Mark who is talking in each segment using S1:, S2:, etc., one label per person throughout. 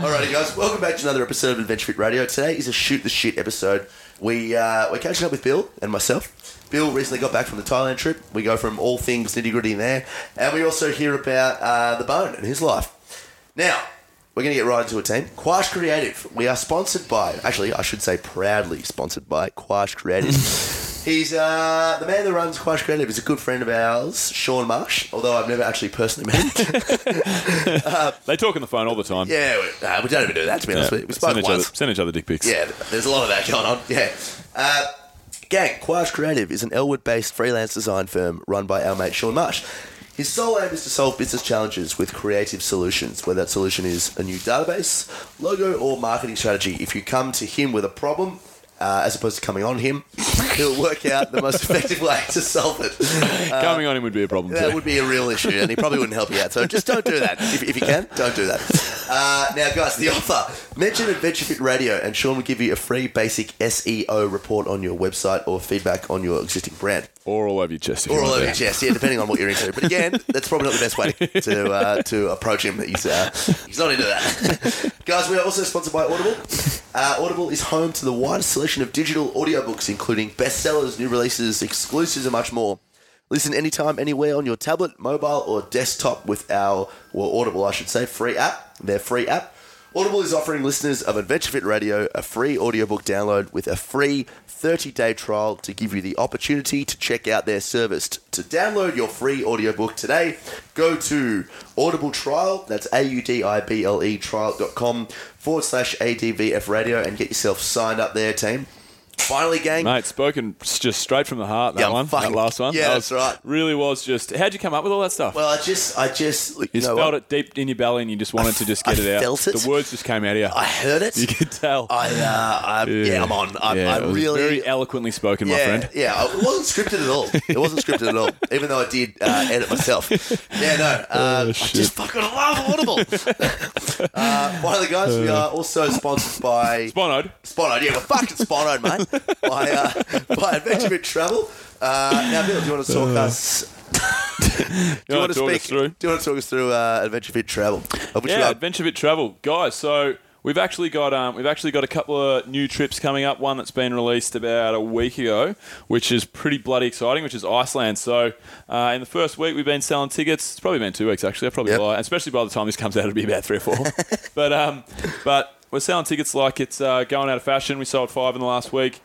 S1: Alrighty, guys, welcome back to another episode of Adventure Fit Radio. Today is a shoot the shit episode. We uh, we're catching up with Bill and myself. Bill recently got back from the Thailand trip. We go from all things nitty gritty in there, and we also hear about uh, the bone and his life. Now we're going to get right into it, team. Quash Creative. We are sponsored by, actually, I should say proudly sponsored by Quash Creative. He's uh, the man that runs Quash Creative. Is a good friend of ours, Sean Marsh. Although I've never actually personally met him.
S2: They talk on the phone all the time.
S1: yeah, we, uh, we don't even do that to be honest. with you. We spoke
S2: send, each
S1: once.
S2: other, send each other dick pics.
S1: Yeah, there's a lot of that going on. Yeah. Uh, gang, Quash Creative is an Elwood based freelance design firm run by our mate Sean Marsh. His sole aim is to solve business challenges with creative solutions, whether that solution is a new database, logo, or marketing strategy. If you come to him with a problem, uh, as opposed to coming on him, he'll work out the most effective way to solve it. Uh,
S2: Coming on him would be a problem too.
S1: That would be a real issue, and he probably wouldn't help you out. So just don't do that. If, if you can, don't do that. Uh, now, guys, the offer. Mention Adventure Fit Radio, and Sean will give you a free basic SEO report on your website or feedback on your existing brand.
S2: or all over your chest. if
S1: Or
S2: you
S1: all
S2: want
S1: over
S2: that.
S1: your chest, yeah, depending on what you're into. But again, that's probably not the best way to uh, to approach him. He's uh, he's not into that. Guys, we are also sponsored by Audible. Uh, Audible is home to the widest selection of digital audiobooks, including bestsellers, new releases, exclusives, and much more. Listen anytime, anywhere on your tablet, mobile, or desktop with our, well, Audible, I should say, free app. Their free app. Audible is offering listeners of Adventure Fit Radio a free audiobook download with a free 30-day trial to give you the opportunity to check out their service. T- To download your free audiobook today, go to Audible Trial, that's A-U-D-I-B-L-E trial.com forward slash ADVF Radio and get yourself signed up there, team. Finally, gang.
S2: Mate, spoken s- just straight from the heart. That
S1: Yeah, I'm
S2: one,
S1: fucking-
S2: that last one.
S1: yeah,
S2: That
S1: that's
S2: was-
S1: right.
S2: Really was just. How'd you come up with all that stuff?
S1: Well, I just, I just, you,
S2: you
S1: know what?
S2: spelled it deep in your belly, and you just wanted to just get
S1: I
S2: it out.
S1: felt it.
S2: The words just came out of you.
S1: I heard it.
S2: you could tell.
S1: I, uh, I, yeah. I'm on. I,
S2: Yeah,
S1: I
S2: it was
S1: really,
S2: very eloquently spoken, my
S1: yeah,
S2: friend.
S1: Yeah, it wasn't scripted at all. It wasn't scripted at all, even though I did uh, edit myself. Yeah, no,
S2: Oh,
S1: uh, I just fucking love Audible. uh, finally, guys, we are also sponsored by
S2: Bonoed.
S1: Sponoed. Yeah, we're fucking Sponoed, mate. by, uh, by Adventure Bit Travel. Uh, now, Bill, do you want to talk us? Do you
S2: wanna
S1: want to
S2: talk
S1: speak?
S2: us through?
S1: Do you want to talk us through uh, Adventure Fit Travel? Of which
S2: yeah,
S1: we are
S2: Adventure Bit Travel, guys. So we've actually got um, we've actually got a couple of new trips coming up. One that's been released about a week ago, which is pretty bloody exciting, which is Iceland. So uh, in the first week, we've been selling tickets. It's probably been two weeks actually. I probably
S1: Yep.
S2: lie, especially by the time this comes out, it'll be about three or four. but um, but we're selling tickets like it's uh, going out of fashion. We sold five in the last week.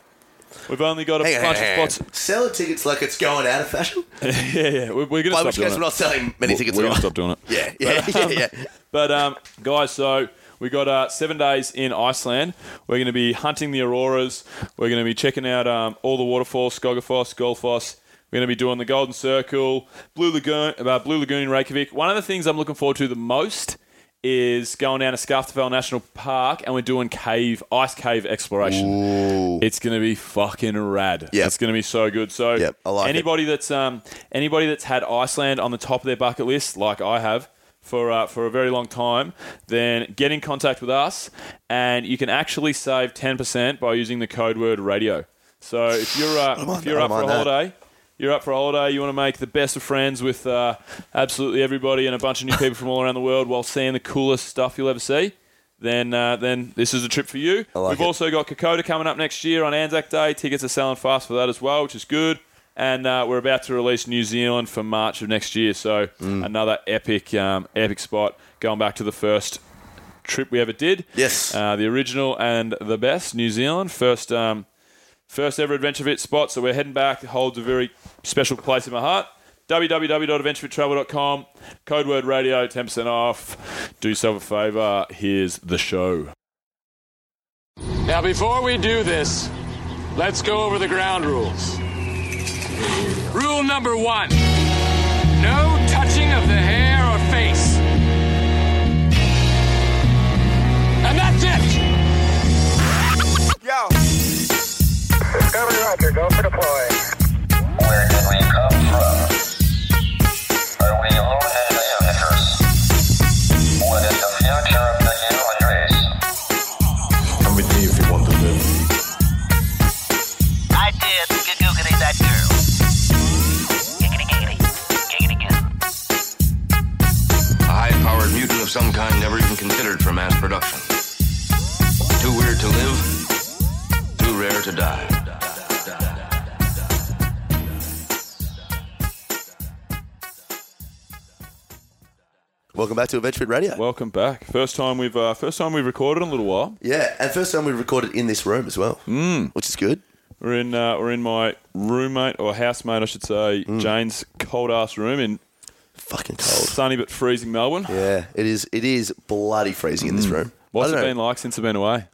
S2: We've only got a
S1: Hang on,
S2: bunch
S1: hang on, hang on.
S2: of spots.
S1: Selling tickets like it's going out of fashion.
S2: yeah, yeah. We're, we're going to
S1: By
S2: stop
S1: which
S2: doing
S1: case, we're
S2: it.
S1: not selling many tickets.
S2: we're
S1: at
S2: going
S1: all.
S2: to stop doing it.
S1: Yeah, yeah, yeah, yeah.
S2: But um, guys, so we got uh, seven days in Iceland. We're going to be hunting the auroras. We're going to be checking out um, all the waterfalls, Skogafoss, Goldfoss. We're going to be doing the Golden Circle, Blue Lagoon, uh, Blue Lagoon in Reykjavik. One of the things I'm looking forward to the most is going down to Scarftafell National Park and we're doing cave ice cave exploration. It's going to be fucking rad.
S1: Yep.
S2: It's going to be so good. So
S1: Yep, I like it.
S2: anybody anybody that's um, anybody that's had Iceland on the top of their bucket list, like I have for uh, for a very long time, then get in contact with us, and you can actually save ten percent by using the code word radio. So if you're
S1: don't
S2: uh,
S1: mind
S2: if you're
S1: that, I
S2: up for a
S1: don't mind that.
S2: holiday. You're up for a holiday. You want to make the best of friends with uh, absolutely everybody and a bunch of new people from all around the world while seeing the coolest stuff you'll ever see. Then, uh, then this is a trip for you.
S1: I like
S2: We've
S1: it.
S2: also got Kokoda coming up next year on Anzac Day. Tickets are selling fast for that as well, which is good. And uh, we're about to release New Zealand for March of next year. So
S1: Mm.
S2: another epic, um, epic spot. Going back to the first trip we ever did.
S1: Yes.
S2: Uh, the original and the best, New Zealand. First, um, first ever Adventure Fit spot. So we're heading back. It holds a very special place in my heart. www.adventurefittravel.com. Code word radio, 10% off. Do yourself a favor. Here's the show.
S3: Now, before we do this, let's go over the ground rules. Rule number one no touching of the hair or face. And that's it!
S4: Yo.
S5: Discovery Roger, go for deploy.
S6: Where did we come from? Are we already villagers? What is the future of the human race?
S7: Come with me if you want to live.
S8: I did. Good googly that girl. Giggity giggity. Giggity giggity.
S7: A high-powered mutant of some kind never even considered for mass production.
S9: to live, too rare to die.
S1: Welcome back to Adventure Radio.
S2: Welcome back. First time we've uh, first time we've recorded in a little while.
S1: yeah, and first time we recorded in this room as well, mm. which is good.
S2: We're in uh, we're in my roommate or housemate, I should say,
S1: Mm.
S2: Jane's cold ass room in
S1: Fucking cold.
S2: sunny but freezing Melbourne.
S1: Yeah, it is. It is bloody freezing in this room.
S2: Mm. What's
S1: I
S2: it
S1: don't know.
S2: been like since I've been away?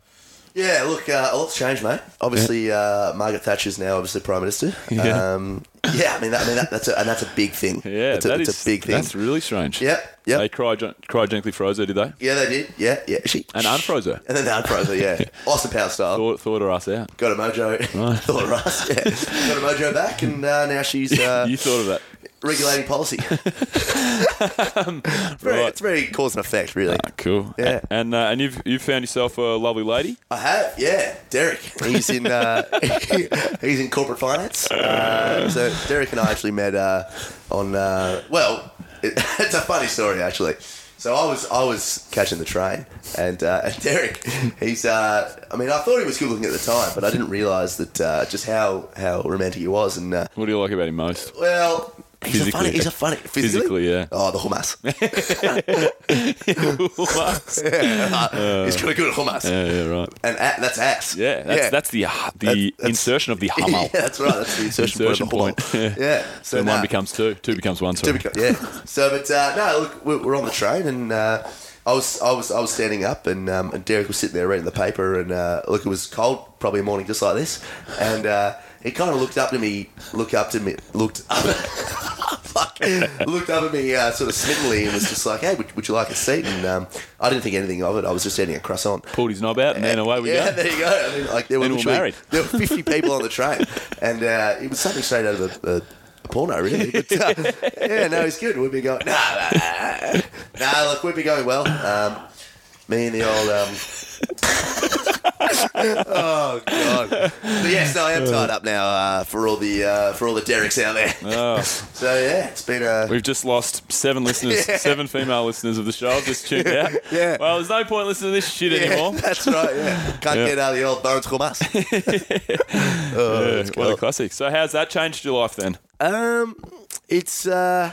S1: Yeah, look, uh, a lot's changed, mate. Obviously, uh, Margaret Thatcher's now obviously prime minister.
S2: Yeah.
S1: um, yeah. I mean, that, I mean that, that's a, and that's a big thing.
S2: Yeah,
S1: that's a,
S2: that
S1: that's
S2: is-
S1: a big thing.
S2: That's really strange.
S1: Yep, yep.
S2: They cryo- cryogenically froze her, did they?
S1: yeah, they did. Yeah, yeah. She
S2: And unfroze her.
S1: and then they unfroze her. Yeah, Austin Power style.
S2: Thought, thought her ass out.
S1: Got a mojo. Thought of us. Yeah. Got a mojo back, and uh, now she's uh,
S2: you thought of that.
S1: regulating policy. very,
S2: Um, Right.
S1: It's very cause and effect, really.
S2: Ah, cool.
S1: Yeah.
S2: A- And uh, and you've you've found yourself a lovely lady.
S1: I have, yeah. Derek, he's in uh, he's in corporate finance. Uh, so Derek and I actually met uh, on uh, well, it, it's a funny story actually. So I was I was catching the train, and, uh, and Derek, he's uh, I mean I thought he was good looking at the time, but I didn't realise that uh, just how how romantic he was, and uh,
S2: What do you like about him most?
S1: well. He's a,
S2: Physically.
S1: funny, he's a funny physically,
S2: Physically, yeah.
S1: Oh, the hummus.
S2: yeah,
S1: he's got a good hummus,
S2: yeah, right.
S1: and a, that's ass.
S2: Yeah, that's that's the uh, the
S1: That's- that's-
S2: insertion of the
S1: yeah,
S2: Hummel.
S1: that's right. That's the insertion,
S2: Insertion
S1: point.
S2: point.
S1: Of the hummus. yeah. So
S2: So one
S1: nah.
S2: becomes two, two becomes one. Sorry.
S1: Typical, yeah. So, but uh, no, look, we- we're on the train, and uh, I was, I was, I was standing up, and, um, and Derek was sitting there reading the paper, and uh, look, it was cold, probably a morning just like this, and uh, he kind of looked up to me, looked up to me, looked up, fuck, looked up at me, uh, sort of smittenly, and was just like, "Hey, would, would you like a seat?" And um, I didn't think anything of it. I was just eating a croissant.
S2: Pulled his knob out and then away we
S1: yeah,
S2: go.
S1: there you go. I mean, like there were
S2: Then we're
S1: literally-
S2: married.
S1: There were fifty people on the train, and uh, it was something straight out of a, a, a porno, really. But, uh, yeah, no, it's good. We've been going. Nah, nah, nah, nah. nah look, we've been going well. Um, me and the old. Um, oh god. But yes, no, I am tied up now uh, for all the uh, for all the Derek's out there. so yeah, it's been a.
S2: Oh, We've just lost seven listeners, seven female listeners of the show. I've just tuned out.
S1: Yeah.
S2: Well, there's no point listening to this shit
S1: yeah,
S2: anymore.
S1: that's right. Yeah, can't
S2: Yeah.
S1: get out of the old bones from us.
S2: Yeah,
S1: oh, that's
S2: what a
S1: cool.
S2: classic. So how's that changed your life then?
S1: Um, it's uh,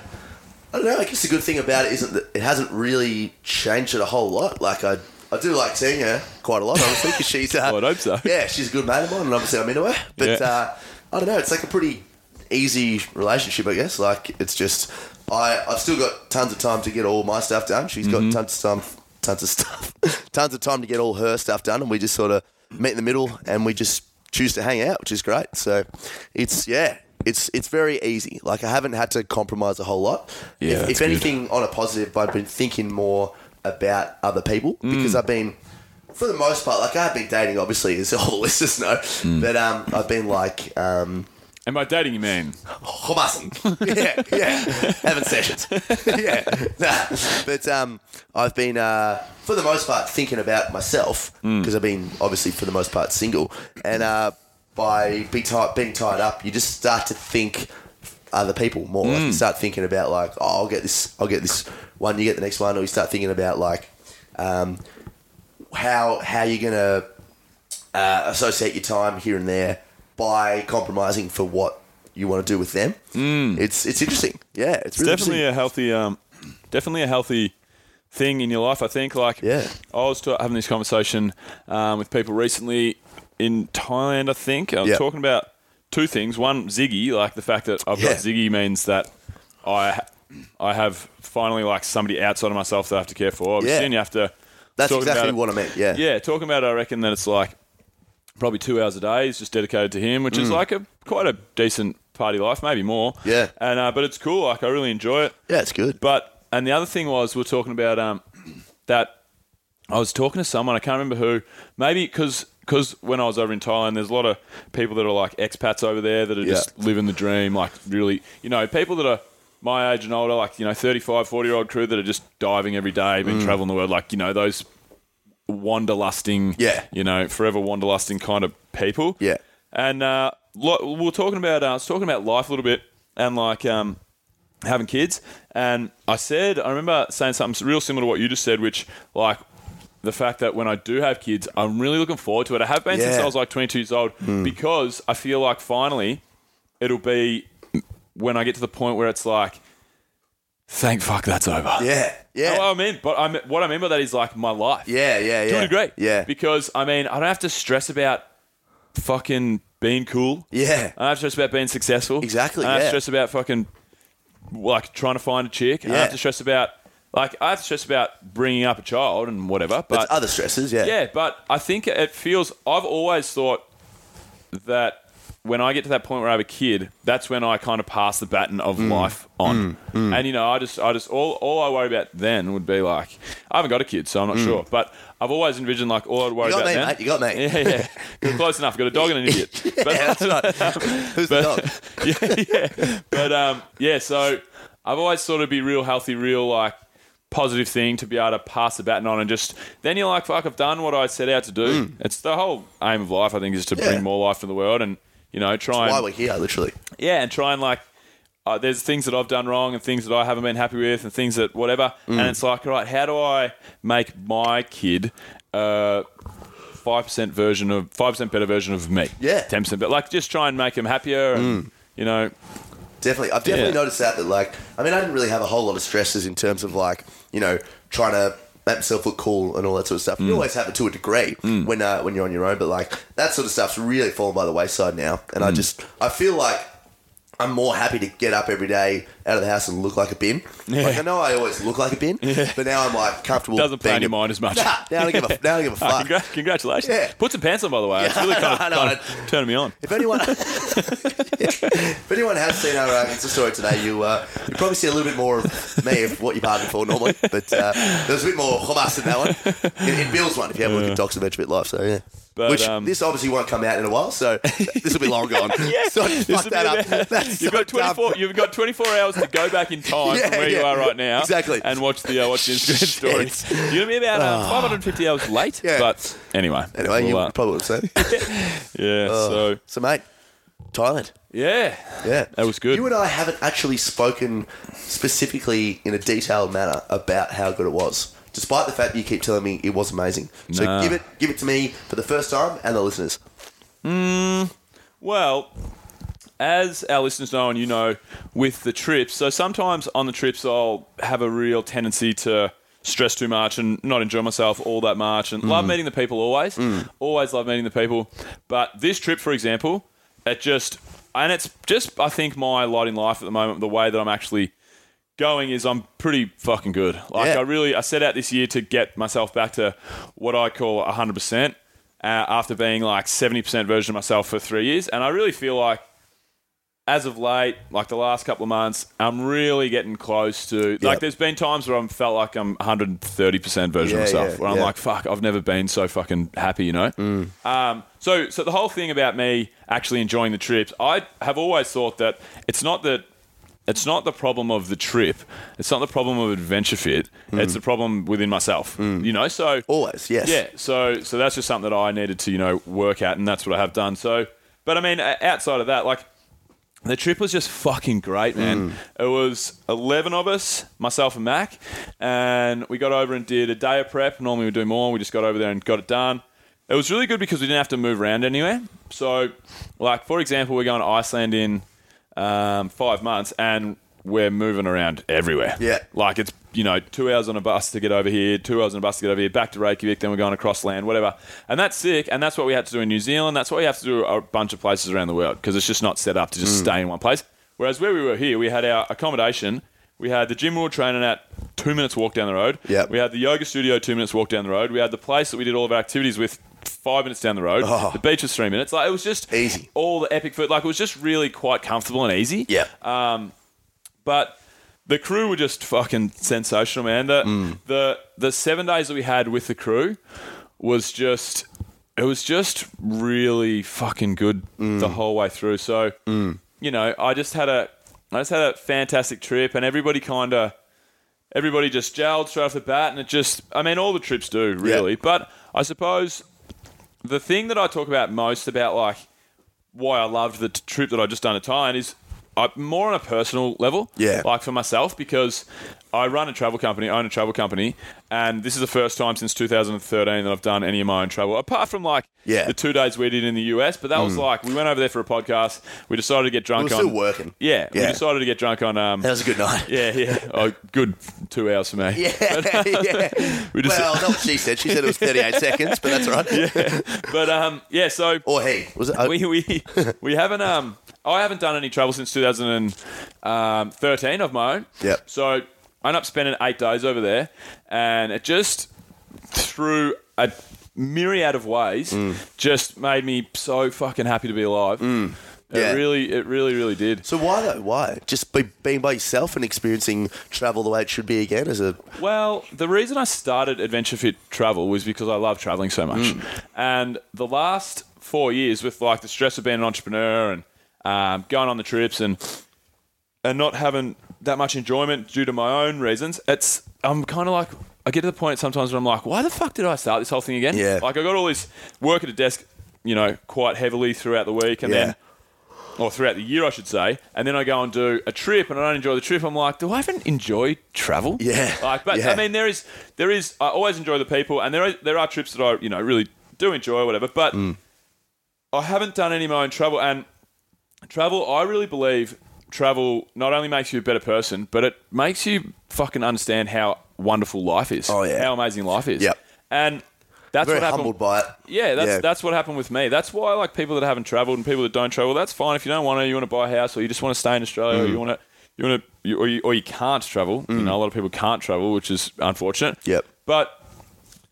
S1: I don't know. I guess the good thing about it isn't that it hasn't really changed it a whole lot. Like I, I do like seeing her quite a lot, obviously, because she's. Uh,
S2: Well, Oh, I'd hope so.
S1: Yeah, she's a good mate of mine, and obviously I'm into her. But
S2: Yeah.
S1: uh, I don't know. It's like a pretty easy relationship, I guess. Like it's just I, I've still got tons of time to get all my stuff done. She's got tons of time, tons of stuff, tons of time to get all her stuff done, and we just sort of meet in the middle, and we just choose to hang out, which is great. So it's yeah. It's it's very easy. Like I haven't had to compromise a whole lot.
S2: Yeah,
S1: If,
S2: that's
S1: if
S2: good.
S1: anything, on a positive, I've been thinking more about other people
S2: Mm.
S1: because I've been for the most part, like I've been dating, obviously, as all the listeners know,
S2: Mm.
S1: but um, I've been like, um,
S2: And by dating you mean
S1: Homasin. yeah, yeah, having sessions. yeah, nah. but um, I've been uh, for the most part thinking about myself because I've been obviously for the most part single, and uh, by be tied, being tied up, you just start to think other people more. Like you start thinking about like, oh, I'll get this, I'll get this one, you get the next one, or you start thinking about like, um, how how you're gonna uh, associate your time here and there by compromising for what you want to do with them. Mm. It's it's interesting. Yeah, it's,
S2: Hmm. it's
S1: really
S2: definitely a healthy, um, definitely a healthy thing in your life. I think. Like,
S1: Yeah.
S2: I was ta- having this conversation um, with people recently in Thailand. I think I was
S1: Yeah.
S2: talking about two things. One, Ziggy, like the fact that I've
S1: Yeah.
S2: got Ziggy means that I, ha- I have finally like somebody outside of myself that I have to care for. Obviously,
S1: Yeah.
S2: and you have to.
S1: That's
S2: talking
S1: exactly
S2: about it-
S1: what I meant. Yeah.
S2: yeah, talking about it, I reckon that it's like probably two hours a day is just dedicated to him, which is like a quite a decent party life, maybe more.
S1: Mm. Yeah.
S2: And uh, but it's cool. Like I really enjoy it.
S1: Yeah, it's good.
S2: But and the other thing was we we're talking about um that I was talking to someone I can't remember who maybe because. Because when I was over in Thailand, there's a lot of people that are like expats over there that are
S1: Yeah.
S2: just living the dream. Like, really, you know, people that are my age and older, like, you know, 35, 40 year old crew that are just diving every day,
S1: Mm.
S2: been traveling the world. Like, you know, those wanderlusting,
S1: Yeah.
S2: you know, forever wanderlusting kind of people.
S1: Yeah.
S2: And uh, lo- we are talking about, uh, I was talking about life a little bit and like um, having kids. And I said, I remember saying something real similar to what you just said, which like the fact that when I do have kids, I'm really looking forward to it. I have been since
S1: Yeah. Hmm.
S2: I was like 22 years old because I feel like finally it'll be when I get to the point where it's like, thank fuck that's over.
S1: Yeah. Yeah.
S2: Oh, I mean, but I mean, what I mean by that is like my life.
S1: yeah. Yeah. Yeah.
S2: To a degree.
S1: Yeah.
S2: Because, I mean, I don't have to stress about fucking being cool.
S1: Yeah.
S2: I don't have to stress about being successful.
S1: Exactly,
S2: I don't have
S1: yeah.
S2: to stress about fucking like trying to find a chick. I don't
S1: Yeah.
S2: have to stress about like I have to stress about bringing up a child and whatever. But
S1: It's other stresses. Yeah.
S2: yeah, but I think it feels. I've always thought that when I get to that point where I have a kid, that's when I kind of pass the baton of
S1: Mm.
S2: life on. And you know, I just, I just, all, all I worry about then would be like, I haven't got a kid, so I'm not sure. But I've always envisioned like all I'd worry
S1: Mm. You got
S2: about
S1: me,
S2: then.
S1: mate. You got me.
S2: Yeah, yeah. You're close enough. Got a dog and an idiot. But,
S1: Yeah, that's right. Who's the dog?
S2: yeah, yeah. But um, yeah, so I've always thought it'd be real healthy, real like positive thing to be able to pass the baton on and just then you're like, fuck, I've done what I set out to do. It's the whole aim of life, I think, is to
S1: Mm. Yeah.
S2: bring more life in the world and you know, try
S1: Why
S2: and
S1: we're here, literally.
S2: yeah, and try and like, uh, there's things that I've done wrong and things that I haven't been happy with and things that whatever.
S1: Mm.
S2: And it's like, all right, how do I make my kid a five percent version of five percent better version of me?
S1: Yeah. Mm.
S2: ten percent, but like just try and make him happier and you know,
S1: Definitely, I've definitely
S2: Yeah.
S1: noticed that. That like, I mean, I didn't really have a whole lot of stresses in terms of like, you know, trying to make myself look cool and all that sort of stuff.
S2: Mm.
S1: You always have it to a degree when uh, when you're on your own, but like that sort of stuff's really fallen by the wayside now. And I
S2: Mm.
S1: just, I feel like I'm more happy to get up every day out of the house and look like a bin. Like I know I always look like a bin, but now I'm like comfortable.
S2: doesn't play
S1: being
S2: in your
S1: a-
S2: mind as much.
S1: Nah, now I don't give a now I don't give a
S2: Ah,
S1: fuck.
S2: congra- congratulations!
S1: Yeah.
S2: Put some pants on, by the way. It's really
S1: I
S2: kind of,
S1: know, I know.
S2: kind of turning me on.
S1: If anyone, if anyone has seen our uh, Insta story today, you uh, you probably see a little bit more of me of what you bargained for normally. But uh, there's a bit more Hamas in that one, in, in Bill's one. If you have a look at Doc's Adventure Bit Life, so yeah.
S2: But,
S1: Which
S2: um,
S1: this obviously won't come out in a while, so this will be long gone. so fuck
S2: This
S1: that
S2: will be
S1: up.
S2: about-
S1: That's
S2: you've
S1: so
S2: got 24.
S1: dumb.
S2: You've got 24 hours to go back in time
S1: Yeah,
S2: from where you
S1: yeah.
S2: are right now,
S1: Exactly.
S2: and watch the uh, watch the Instagram
S1: Shit. Ah.
S2: stories. You're gonna be about uh, 550 hours late.
S1: Yeah.
S2: But anyway,
S1: Anyway, you
S2: we'll, uh,
S1: probably would say.
S2: yeah. so
S1: So mate, Thailand.
S2: yeah,
S1: Yeah,
S2: That was good.
S1: You and I haven't actually spoken specifically in a detailed manner about how good it was, despite the fact that you keep telling me it was amazing. So
S2: Nah.
S1: give it, give it to me for the first time and the listeners.
S2: Well, as our listeners know and you know, with the trips, so sometimes on the trips I'll have a real tendency to stress too much and not enjoy myself all that much and love meeting the people always. Always love meeting the people. But this trip, for example, it just, and it's just, I think, my lot in life at the moment, the way that I'm actually going is I'm pretty fucking good. Like
S1: Yeah.
S2: I really, I set out this year to get myself back to what I call 100% uh, after being like 70% version of myself for three years. And I really feel like as of late, like the last couple of months, I'm really getting close to, like there's been times where I've felt like I'm 130% version
S1: Yeah,
S2: of myself
S1: yeah,
S2: where I'm
S1: yeah. Mm.
S2: like, fuck, I've never been so fucking happy, you know? Um, so, so the whole thing about me actually enjoying the trips, I have always thought that it's not that it's not the problem of the trip, it's not the problem of Adventure Fit,
S1: Mm.
S2: it's the problem within myself. You know, so
S1: Always, yes.
S2: yeah. So, so that's just something that I needed to you know work at, and that's what I have done. So, but I mean, o- outside of that, like the trip was just fucking great, man. It was 11 of us, myself and Mac, and we got over and did a day of prep. Normally we do more. We just got over there and got it done. It was really good because we didn't have to move around anywhere. So, like, for example, we're going to Iceland in um, five months and we're moving around everywhere.
S1: Yeah.
S2: Like, it's, you know, two hours on a bus to get over here, two hours on a bus to get over here, back to Reykjavik, then we're going across land, whatever. And that's sick. And that's what we had to do in New Zealand. That's what we have to do a bunch of places around the world because it's just not set up to
S1: Mm.
S2: just stay in one place. Whereas where we were here, we had our accommodation, we had the gym we were training at, two minutes walk down the road.
S1: Yep.
S2: We had the yoga studio, two minutes walk down the road. We had the place that we did all of our activities with, five minutes down the road.
S1: Oh.
S2: The beach was three minutes. Like it was just
S1: Easy.
S2: All the epic food. Like it was just really quite comfortable and easy.
S1: Yeah.
S2: Ah, But the crew were just fucking sensational, man. The the the seven days that we had with the crew was just it was just really fucking good the whole way through. So you know, I just had a I just had a fantastic trip, and everybody kind of everybody just gelled straight off the bat, and it just I mean, all the trips do really, but I suppose the thing that I talk about most about like why I loved the t- trip that I just done to Thailand is I, more on a personal level.
S1: Yeah.
S2: Like for myself, because I run a travel company, own a travel company, and this is the first time since 2013 that I've done any of my own travel, apart from like
S1: Yeah.
S2: the two days we did in the US. But that was like, we went over there for a podcast. We decided to get drunk
S1: We're
S2: on.
S1: still working.
S2: Yeah,
S1: Yeah.
S2: We decided to get drunk on. Um,
S1: That was a good night.
S2: yeah, yeah. Oh, good two hours for me.
S1: Yeah, yeah.
S2: We just-
S1: well, not what she said. She said it was 38 seconds, but that's all right.
S2: But um, yeah, so
S1: Or he. Was it? oh,
S2: we, we we haven't um I haven't done any travel since 2013 um, of my own.
S1: Yep.
S2: So I ended up spending eight days over there, and it just through a myriad of ways
S1: Mm.
S2: just made me so fucking happy to be alive. It
S1: Yeah.
S2: really, it really, really did.
S1: so why though? Why? Just be, being by yourself and experiencing travel the way it should be again as a
S2: Well, the reason I started Adventure Fit Travel was because I love traveling so much.
S1: Mm.
S2: And the last four years, with like the stress of being an entrepreneur and um, going on the trips and and not having that much enjoyment due to my own reasons, it's I'm kind of like I get to the point sometimes where I'm like, why the fuck did I start this whole thing again?
S1: Yeah.
S2: Like I got all this work at a desk, you know, quite heavily throughout the week, and
S1: Yeah.
S2: then or throughout the year, I should say, and then I go and do a trip, and I don't enjoy the trip. I'm like, do I even enjoy travel?
S1: Yeah.
S2: Like, but
S1: Yeah.
S2: I mean, there is, there is. I always enjoy the people, and there are, there are trips that I, you know, really do enjoy, or whatever. But
S1: Mm.
S2: I haven't done any of my own travel, and travel. I really believe travel not only makes you a better person, but it makes you fucking understand how wonderful life is.
S1: Oh, yeah.
S2: How amazing life is.
S1: Yep.
S2: And that's
S1: very
S2: what happened.
S1: humbled by it.
S2: Yeah, that's
S1: Yeah.
S2: that's what happened with me. That's why like people that haven't travelled and people that don't travel, that's fine. If you don't want to, you want to buy a house, or you just want to stay in Australia,
S1: Mm.
S2: or you want to, you want to, you, or you or you can't travel. You know, a lot of people can't travel, which is unfortunate.
S1: Yep.
S2: But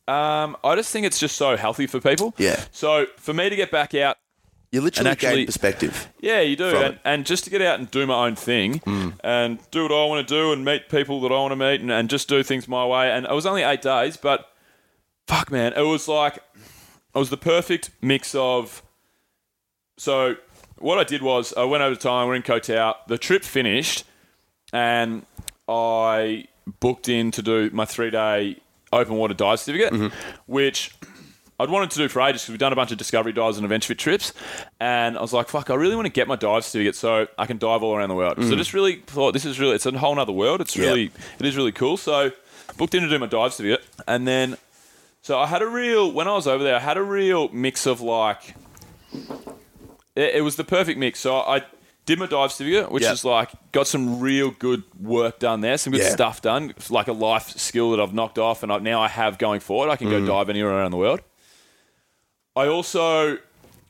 S2: um, I just think it's just so healthy for people.
S1: Yeah.
S2: So for me to get back out,
S1: You literally
S2: And actually-
S1: gain perspective.
S2: yeah, you do,
S1: From
S2: and,
S1: it. Mm.
S2: and just to get out and do my own thing, and do what I want to do, and meet people that I want to meet, and, and just do things my way. And it was only eight days, but fuck, man, it was like it was the perfect mix of. So what I did was I went over to Thailand. We're in Koh Tao. The trip finished, and I booked in to do my three day open water dive certificate, which I'd wanted to do for ages because we've done a bunch of discovery dives and adventure fit trips. And I was like, fuck, I really want to get my dive certificate so I can dive all around the world. So I just really thought this is really, it's a whole nother world. It's
S1: Yeah.
S2: really, it is really cool. So booked in to do my dive certificate. And then, so I had a real, when I was over there, I had a real mix of like, it, it was the perfect mix. So I did my dive certificate, which
S1: Yeah.
S2: is like got some real good work done there, some good
S1: Yeah.
S2: stuff done, It's like a life skill that I've knocked off, and I, now I have going forward. I can
S1: Mm.
S2: go dive anywhere around the world. I also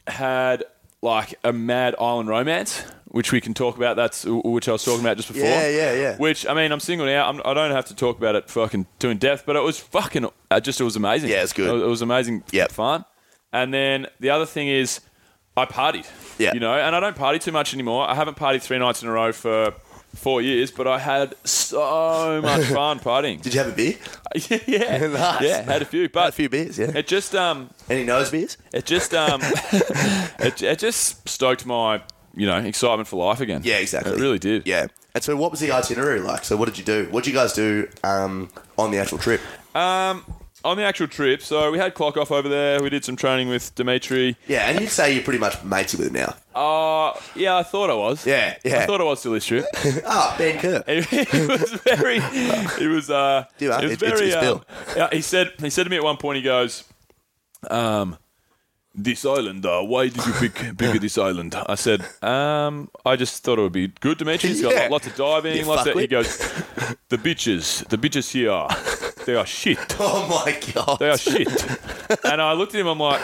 S2: had like a mad island romance, which we can talk about. That's which I was talking about just before.
S1: Yeah, yeah, yeah.
S2: Which I mean, I'm single now. I'm, I don't have to talk about it fucking to in depth, but it was fucking. I just it was amazing.
S1: Yeah, it's good.
S2: It, was- it was amazing.
S1: Yep.
S2: fun. And then the other thing is, I partied.
S1: Yeah.
S2: you know, and I don't party too much anymore. I haven't partied three nights in a row for four years, but I had so much fun partying.
S1: Did you have a beer?
S2: yeah,
S1: Nice.
S2: yeah, had a few, but
S1: Had a few beers, yeah.
S2: It just um,
S1: Any nose beers?
S2: it just um, it, it just stoked my you know excitement for life again.
S1: Yeah, exactly.
S2: It really did.
S1: Yeah. And so, what was the itinerary like? So, what did you do? What did you guys do um, on the actual trip?
S2: Um, On the actual trip, so we had clock off over there. We did some training with Dimitri.
S1: Yeah, and you'd say you're pretty much matey with it now.
S2: Uh, yeah, I thought I was.
S1: Yeah, yeah.
S2: I thought I was still this trip.
S1: Ah, Ben Kerr.
S2: it was very. It was. Uh,
S1: Do you, uh,
S2: it was
S1: it's- it's- it's
S2: um,
S1: Bill.
S2: yeah, he said. He said to me at one point. He goes, um, "This island. Uh, why did you pick pick this island?" I said, um, "I just thought it would be good, Dimitri. It's got
S1: Yeah.
S2: lots of diving.
S1: You
S2: lots of." He
S1: fuckwit.
S2: goes, "The beaches. The beaches here. They are shit.
S1: Oh my god.
S2: They are shit." and I looked at him. I'm like.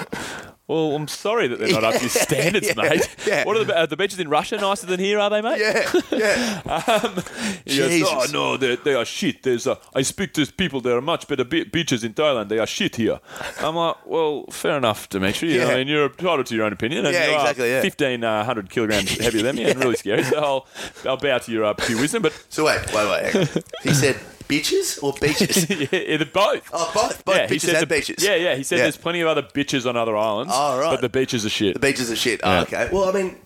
S2: Well, I'm sorry that they're not up to your standards, mate.
S1: yeah.
S2: What are the, are the beaches in Russia nicer than here, are they, mate? Um,
S1: yeah, yeah.
S2: He goes,
S1: Jesus.
S2: oh no, they, they are shit. There's uh, I speak to people. There are much better be- beaches in Thailand. They are shit here. I'm like, well, fair enough, Dimitri.
S1: Yeah.
S2: I mean, you're entitled to your own opinion. And
S1: Yeah,
S2: you are
S1: exactly, yeah.
S2: 1,500 kilograms heavier than me and really scary. So I'll, I'll bow to your, uh, to your wisdom. But
S1: So wait, wait, wait. hang on. He said beaches or beaches?
S2: yeah, yeah, they're both.
S1: Oh, both, both
S2: yeah, he
S1: beaches and
S2: said the-
S1: beaches.
S2: Yeah, yeah. He said
S1: Yeah.
S2: there's plenty of other bitches on other islands.
S1: Oh, right.
S2: But the beaches are shit.
S1: The beaches are shit. Oh,
S2: Yeah.
S1: okay. Well, I mean,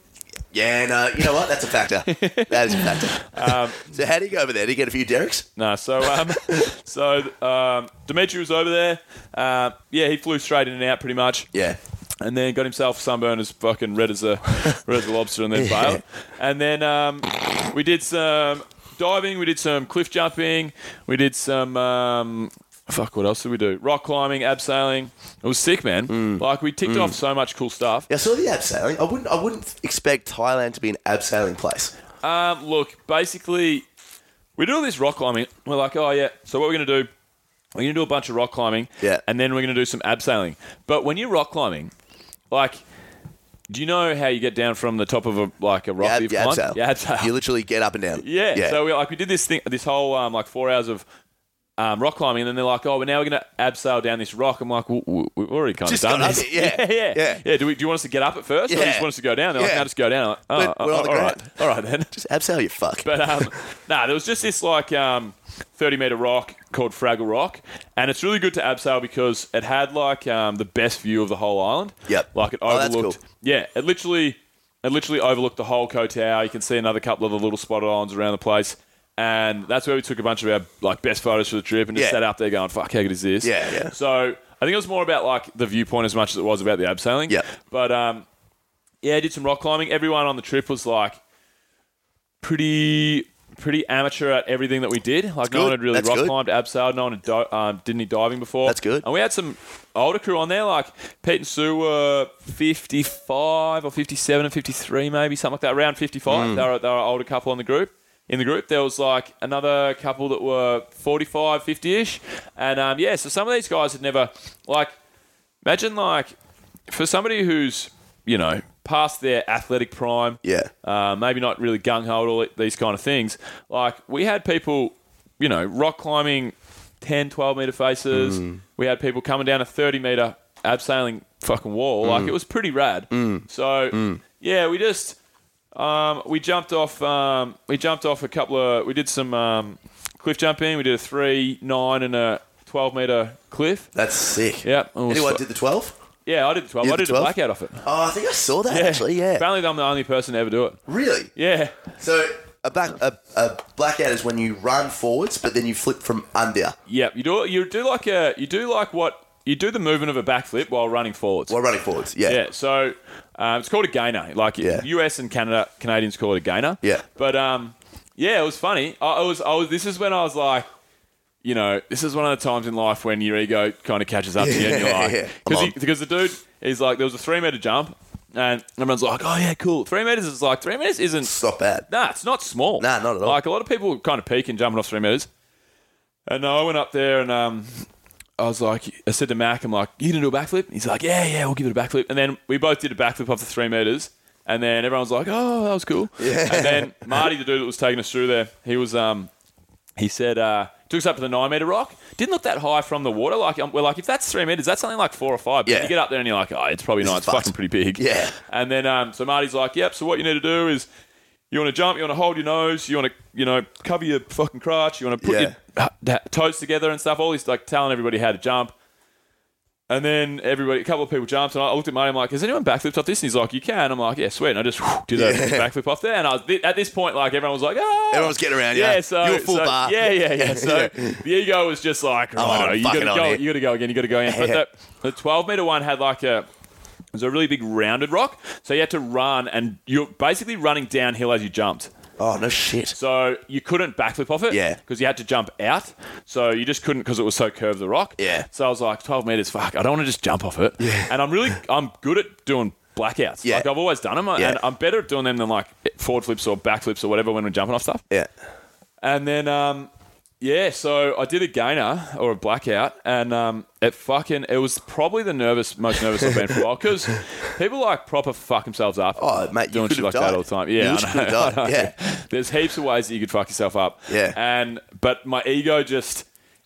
S1: yeah, no, you know what? That's a factor. that is a factor.
S2: Um,
S1: so how do you go over there? Do you get a few derricks?
S2: No, so um, Uh, so um, Dimitri was over there. Um, yeah, he flew straight in and out pretty much.
S1: Yeah.
S2: and then got himself sunburned as fucking red as a red as a lobster, and then bailed. And then um, we did some diving, we did some cliff jumping, we did some. Um, Fuck, what else did we do? Rock climbing, abseiling. It was sick, man.
S1: Mm.
S2: Like, we ticked off so much cool stuff.
S1: Yeah, I saw the abseiling. I wouldn't. I wouldn't expect Thailand to be an abseiling place.
S2: Um, look, basically, we do all this rock climbing. We're like, oh yeah. So what we're gonna do? We're gonna do a bunch of rock climbing.
S1: Yeah.
S2: And then we're gonna do some abseiling. But when you're rock climbing, like, do you know how you get down from the top of a like a rock?
S1: Yeah,
S2: that you've
S1: yeah,
S2: climbed?
S1: abseil.
S2: Yeah, abseil.
S1: You literally get up and down.
S2: Yeah. So we like we did this thing, this whole um, like four hours of um, rock climbing, and then they're like, "Oh, well, now we're going to abseil down this rock." I'm like, well, w- "We've already kind
S1: Just
S2: of done
S1: got up
S2: this."
S1: it, yeah.
S2: yeah,
S1: Yeah.
S2: yeah, Do, we, do you want us to get up at first, or
S1: Yeah.
S2: you just want us to go down? They're like,
S1: Yeah.
S2: "No, just go down." I'm like,
S1: But
S2: oh,
S1: we're
S2: oh,
S1: on the
S2: all
S1: ground.
S2: right, all right then.
S1: Just abseil, you fuck.
S2: But um, nah, there was just this like um, 30 meter rock called Fraggle Rock, and it's really good to abseil because it had like um, the best view of the whole island.
S1: Yep.
S2: Like it
S1: Oh, that's
S2: overlooked.
S1: cool.
S2: Yeah, it literally, it literally overlooked the whole Koh Tao. You can see another couple of the little spotted islands around the place. And that's where we took a bunch of our like best photos for the trip and just
S1: Yeah.
S2: sat out there going, "Fuck, how good is this?"
S1: Yeah, yeah.
S2: So I think it was more about like the viewpoint as much as it was about the abseiling.
S1: Yep.
S2: But um, yeah, I did some rock climbing. Everyone on the trip was like pretty pretty amateur at everything that we did. Like no
S1: good.
S2: one had really
S1: That's
S2: rock
S1: good.
S2: climbed, abseiled, no one had di- um, did any diving before.
S1: That's good.
S2: And we had some older crew on there, like Pete and Sue were 55 or 57 and 53 maybe, something like that, around
S1: Hmm.
S2: 55. They, were, they were an older couple on the group. In the group, there was like another couple that were 45, 50-ish. And um, yeah, so some of these guys had never, like, imagine like, for somebody who's, you know, past their athletic prime,
S1: Yeah.
S2: uh, maybe not really gung ho at all these kind of things. Like we had people, you know, rock climbing 10, 12 meter faces.
S1: Mm.
S2: We had people coming down a 30 meter abseiling fucking wall. Like
S1: Mm.
S2: it was pretty rad. So yeah, we just um, we jumped off um, we jumped off a couple of we did some um, cliff jumping. We did a three, nine, and a 12 meter cliff.
S1: That's sick.
S2: Yep. oh, It was
S1: Anyone
S2: fu-
S1: did the twelve?
S2: Yeah, I did the 12.
S1: You
S2: I
S1: did
S2: did
S1: the
S2: a
S1: 12?
S2: blackout off it.
S1: Oh, I think I saw that actually. Yeah.
S2: Apparently, I'm the only person to ever do it.
S1: Really?
S2: Yeah.
S1: So a back a, a blackout is when you run forwards, but then you flip from under
S2: Yep, you do you do like a you do like what you do the movement of a backflip while running forwards.
S1: while running forwards. Yeah.
S2: Yeah, so um, it's called a gainer. Like
S1: Yeah.
S2: US and Canada, Canadians call it a gainer.
S1: Yeah.
S2: but um, yeah, it was funny. I, I was I was this is when I was like. You know, this is one of the times in life when your ego kind of catches up to you, and you're
S1: Yeah,
S2: like,
S1: yeah. I'm
S2: Cause he-
S1: on.
S2: because the dude is like, there was a three meter jump, and everyone's like, oh yeah, cool. Three meters is like three meters isn't
S1: It's not bad.
S2: Nah, it's not small.
S1: Nah, not at all.
S2: Like a lot of people kind of peek and jumping off three meters. And I went up there and um, I was like, I said to Mac, I'm like, you gonna do a backflip? He's like, yeah, yeah, we'll give it a backflip. And then we both did a backflip off the three meters. And then everyone was like, oh, that was cool. Yeah. And then Marty, the dude that was taking us through there, he was um, he said, uh, took us up to the nine meter rock. Didn't look that high from the water. Like um, we're like, if that's three meters, that's something like four or five. But
S1: Yeah.
S2: you get up there and you're like, oh, it's probably
S1: is
S2: not. It's
S1: fucked.
S2: fucking pretty big.
S1: Yeah.
S2: And then um, so Marty's like, yep. So what you need to do is you want to jump, you want to hold your nose, you want to you know cover your fucking crotch, you want to put
S1: Yeah.
S2: your uh, da- toes together and stuff. All he's like telling everybody how to jump. And then everybody, a couple of people jumped, and I looked at Marty. I'm like, "Has anyone backflipped off this?" And he's like, "You can." I'm like, "Yeah, sweet." And I just whew, did a
S1: Yeah.
S2: backflip off there. And I was, at this point, like everyone was like, "Ah!"
S1: Everyone's getting around you.
S2: Yeah, so
S1: You're a full
S2: so-
S1: bar.
S2: Yeah, yeah, yeah. So
S1: Yeah.
S2: the ego was just like,
S1: I'm
S2: right,
S1: on,
S2: you
S1: fucking
S2: gotta
S1: on
S2: go,
S1: here.
S2: you gotta go again, you gotta go again. But
S1: Yeah.
S2: the, the 12 meter one had like a it was a really big rounded rock, so you had to run, and you're basically running downhill as you jumped.
S1: Oh no shit.
S2: So you couldn't backflip off it,
S1: Yeah.
S2: because you had to jump out. So you just couldn't because it was so curved the rock,
S1: Yeah.
S2: So I was like, 12 meters, fuck, I don't want to just jump off it. Yeah. And I'm really, I'm good at doing blackouts.
S1: Yeah.
S2: Like I've always done them,
S1: Yeah.
S2: and I'm better at doing them than like forward flips or backflips or whatever when we're jumping off stuff.
S1: Yeah.
S2: And then, um, yeah, so I did a gainer or a blackout, and um, it fucking it was probably the nervous, most nervous I've been for a while because people like proper fuck themselves up.
S1: Oh, mate, you
S2: doing
S1: could
S2: shit
S1: have
S2: like
S1: died.
S2: that all the time.
S1: You
S2: Yeah, I
S1: literally
S2: know,
S1: could have died,
S2: I know. There's heaps of ways that you could fuck yourself up.
S1: Yeah.
S2: and but my ego just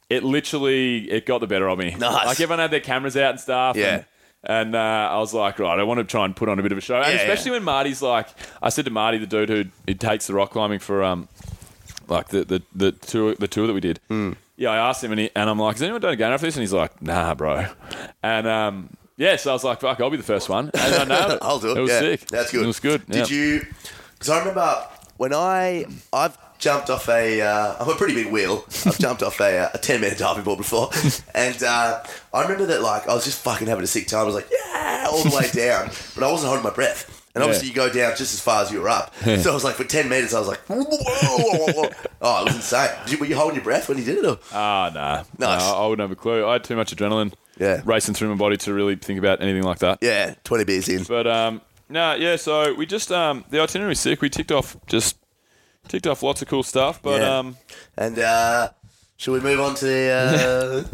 S2: it literally it got the better of me.
S1: Nice.
S2: Like everyone had their cameras out and stuff.
S1: Yeah.
S2: And, and uh, I was like, right, I want to try and put on a bit of a show, and
S1: Yeah,
S2: especially when Marty's like, I said to Marty, the dude who, who takes the rock climbing for um, like the the, the tour the tour that we did.
S1: Hmm.
S2: Yeah, I asked him and, he, and I'm like, "Has anyone done a gainer after this?" And he's like, "Nah, bro." And um, yeah, so I was like, "Fuck, I'll be the first one." And I nailed it.
S1: I'll do it.
S2: It was
S1: yeah.
S2: sick.
S1: That's good.
S2: It was good.
S1: Did you? Because I remember when I I've jumped off a. Uh, I'm a pretty big wheel. I've jumped off a, uh, a 10 meter diving board before, and uh, I remember that like I was just fucking having a sick time. I was like, yeah, all the way down, but I wasn't holding my breath. And obviously, you go down just as far as you were up. So I was like, for 10 meters, I was like, whoa, whoa, whoa, whoa. oh, it was insane. Did you, were you holding your breath when you did it? Or?
S2: Ah, nah.
S1: Nice.
S2: No, I wouldn't have a clue. I had too much adrenaline
S1: Yeah.
S2: racing through my body to really think about anything like that.
S1: Yeah, 20 beers in.
S2: But um, no, yeah. So we just um, the itinerary sick. We ticked off just ticked off lots of cool stuff. But
S1: Yeah.
S2: um,
S1: And uh, should we move on to the.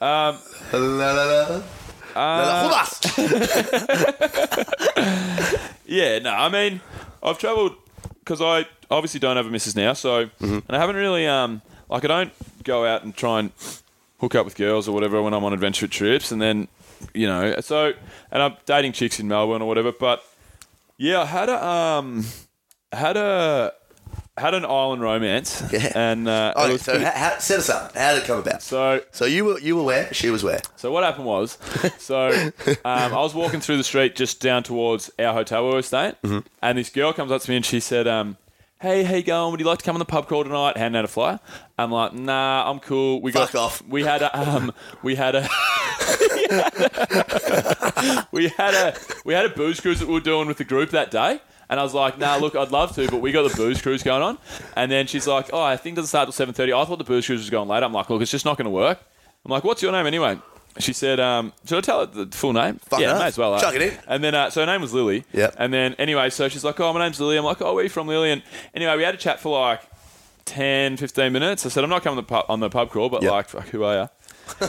S1: Uh, la la la.
S2: um, uh,
S1: La la la. La la. Hold us!
S2: yeah. No, I mean, I've travelled because I obviously don't have a missus now. So
S1: Mm-hmm.
S2: and I haven't really um, like I don't go out and try and hook up with girls or whatever when I'm on adventure trips. And then you know, so and I'm dating chicks in Melbourne or whatever. But yeah, I had a um, had a had an island romance.
S1: Yeah.
S2: And uh, it
S1: Oh,
S2: was
S1: so
S2: pretty-
S1: how, how, set us up. How did it come about?
S2: so
S1: So you were you were where? She was where?
S2: So what happened was, so um, I was walking through the street just down towards our hotel where we were staying,
S1: Mm-hmm.
S2: and this girl comes up to me and she said, um, "Hey, how you going? Would you like to come on the pub crawl tonight?" Handing out a flyer. I'm like, "Nah, I'm cool. We
S1: Fuck
S2: got
S1: off.
S2: We had a um, we had a. we had a we had a booze cruise that we were doing with the group that day. And I was like, nah, look, I'd love to, but we got the booze cruise going on. And then she's like, oh, I think it doesn't start till 7.30. I thought the booze cruise was going later. I'm like, look, it's just not going to work. I'm like, what's your name anyway? She said, um, should I tell her the full name?
S1: Fuck
S2: yeah,
S1: off.
S2: may as well. eh?
S1: Chuck it in.
S2: And then, uh, so her name was Lily.
S1: Yep.
S2: And then, anyway, so she's like, oh, my name's Lily. I'm like, oh, where are you from, Lily? And anyway, we had a chat for like 10, 15 minutes. I said, I'm not coming to the pub, on the pub crawl, but
S1: Yep.
S2: like, fuck, who are you?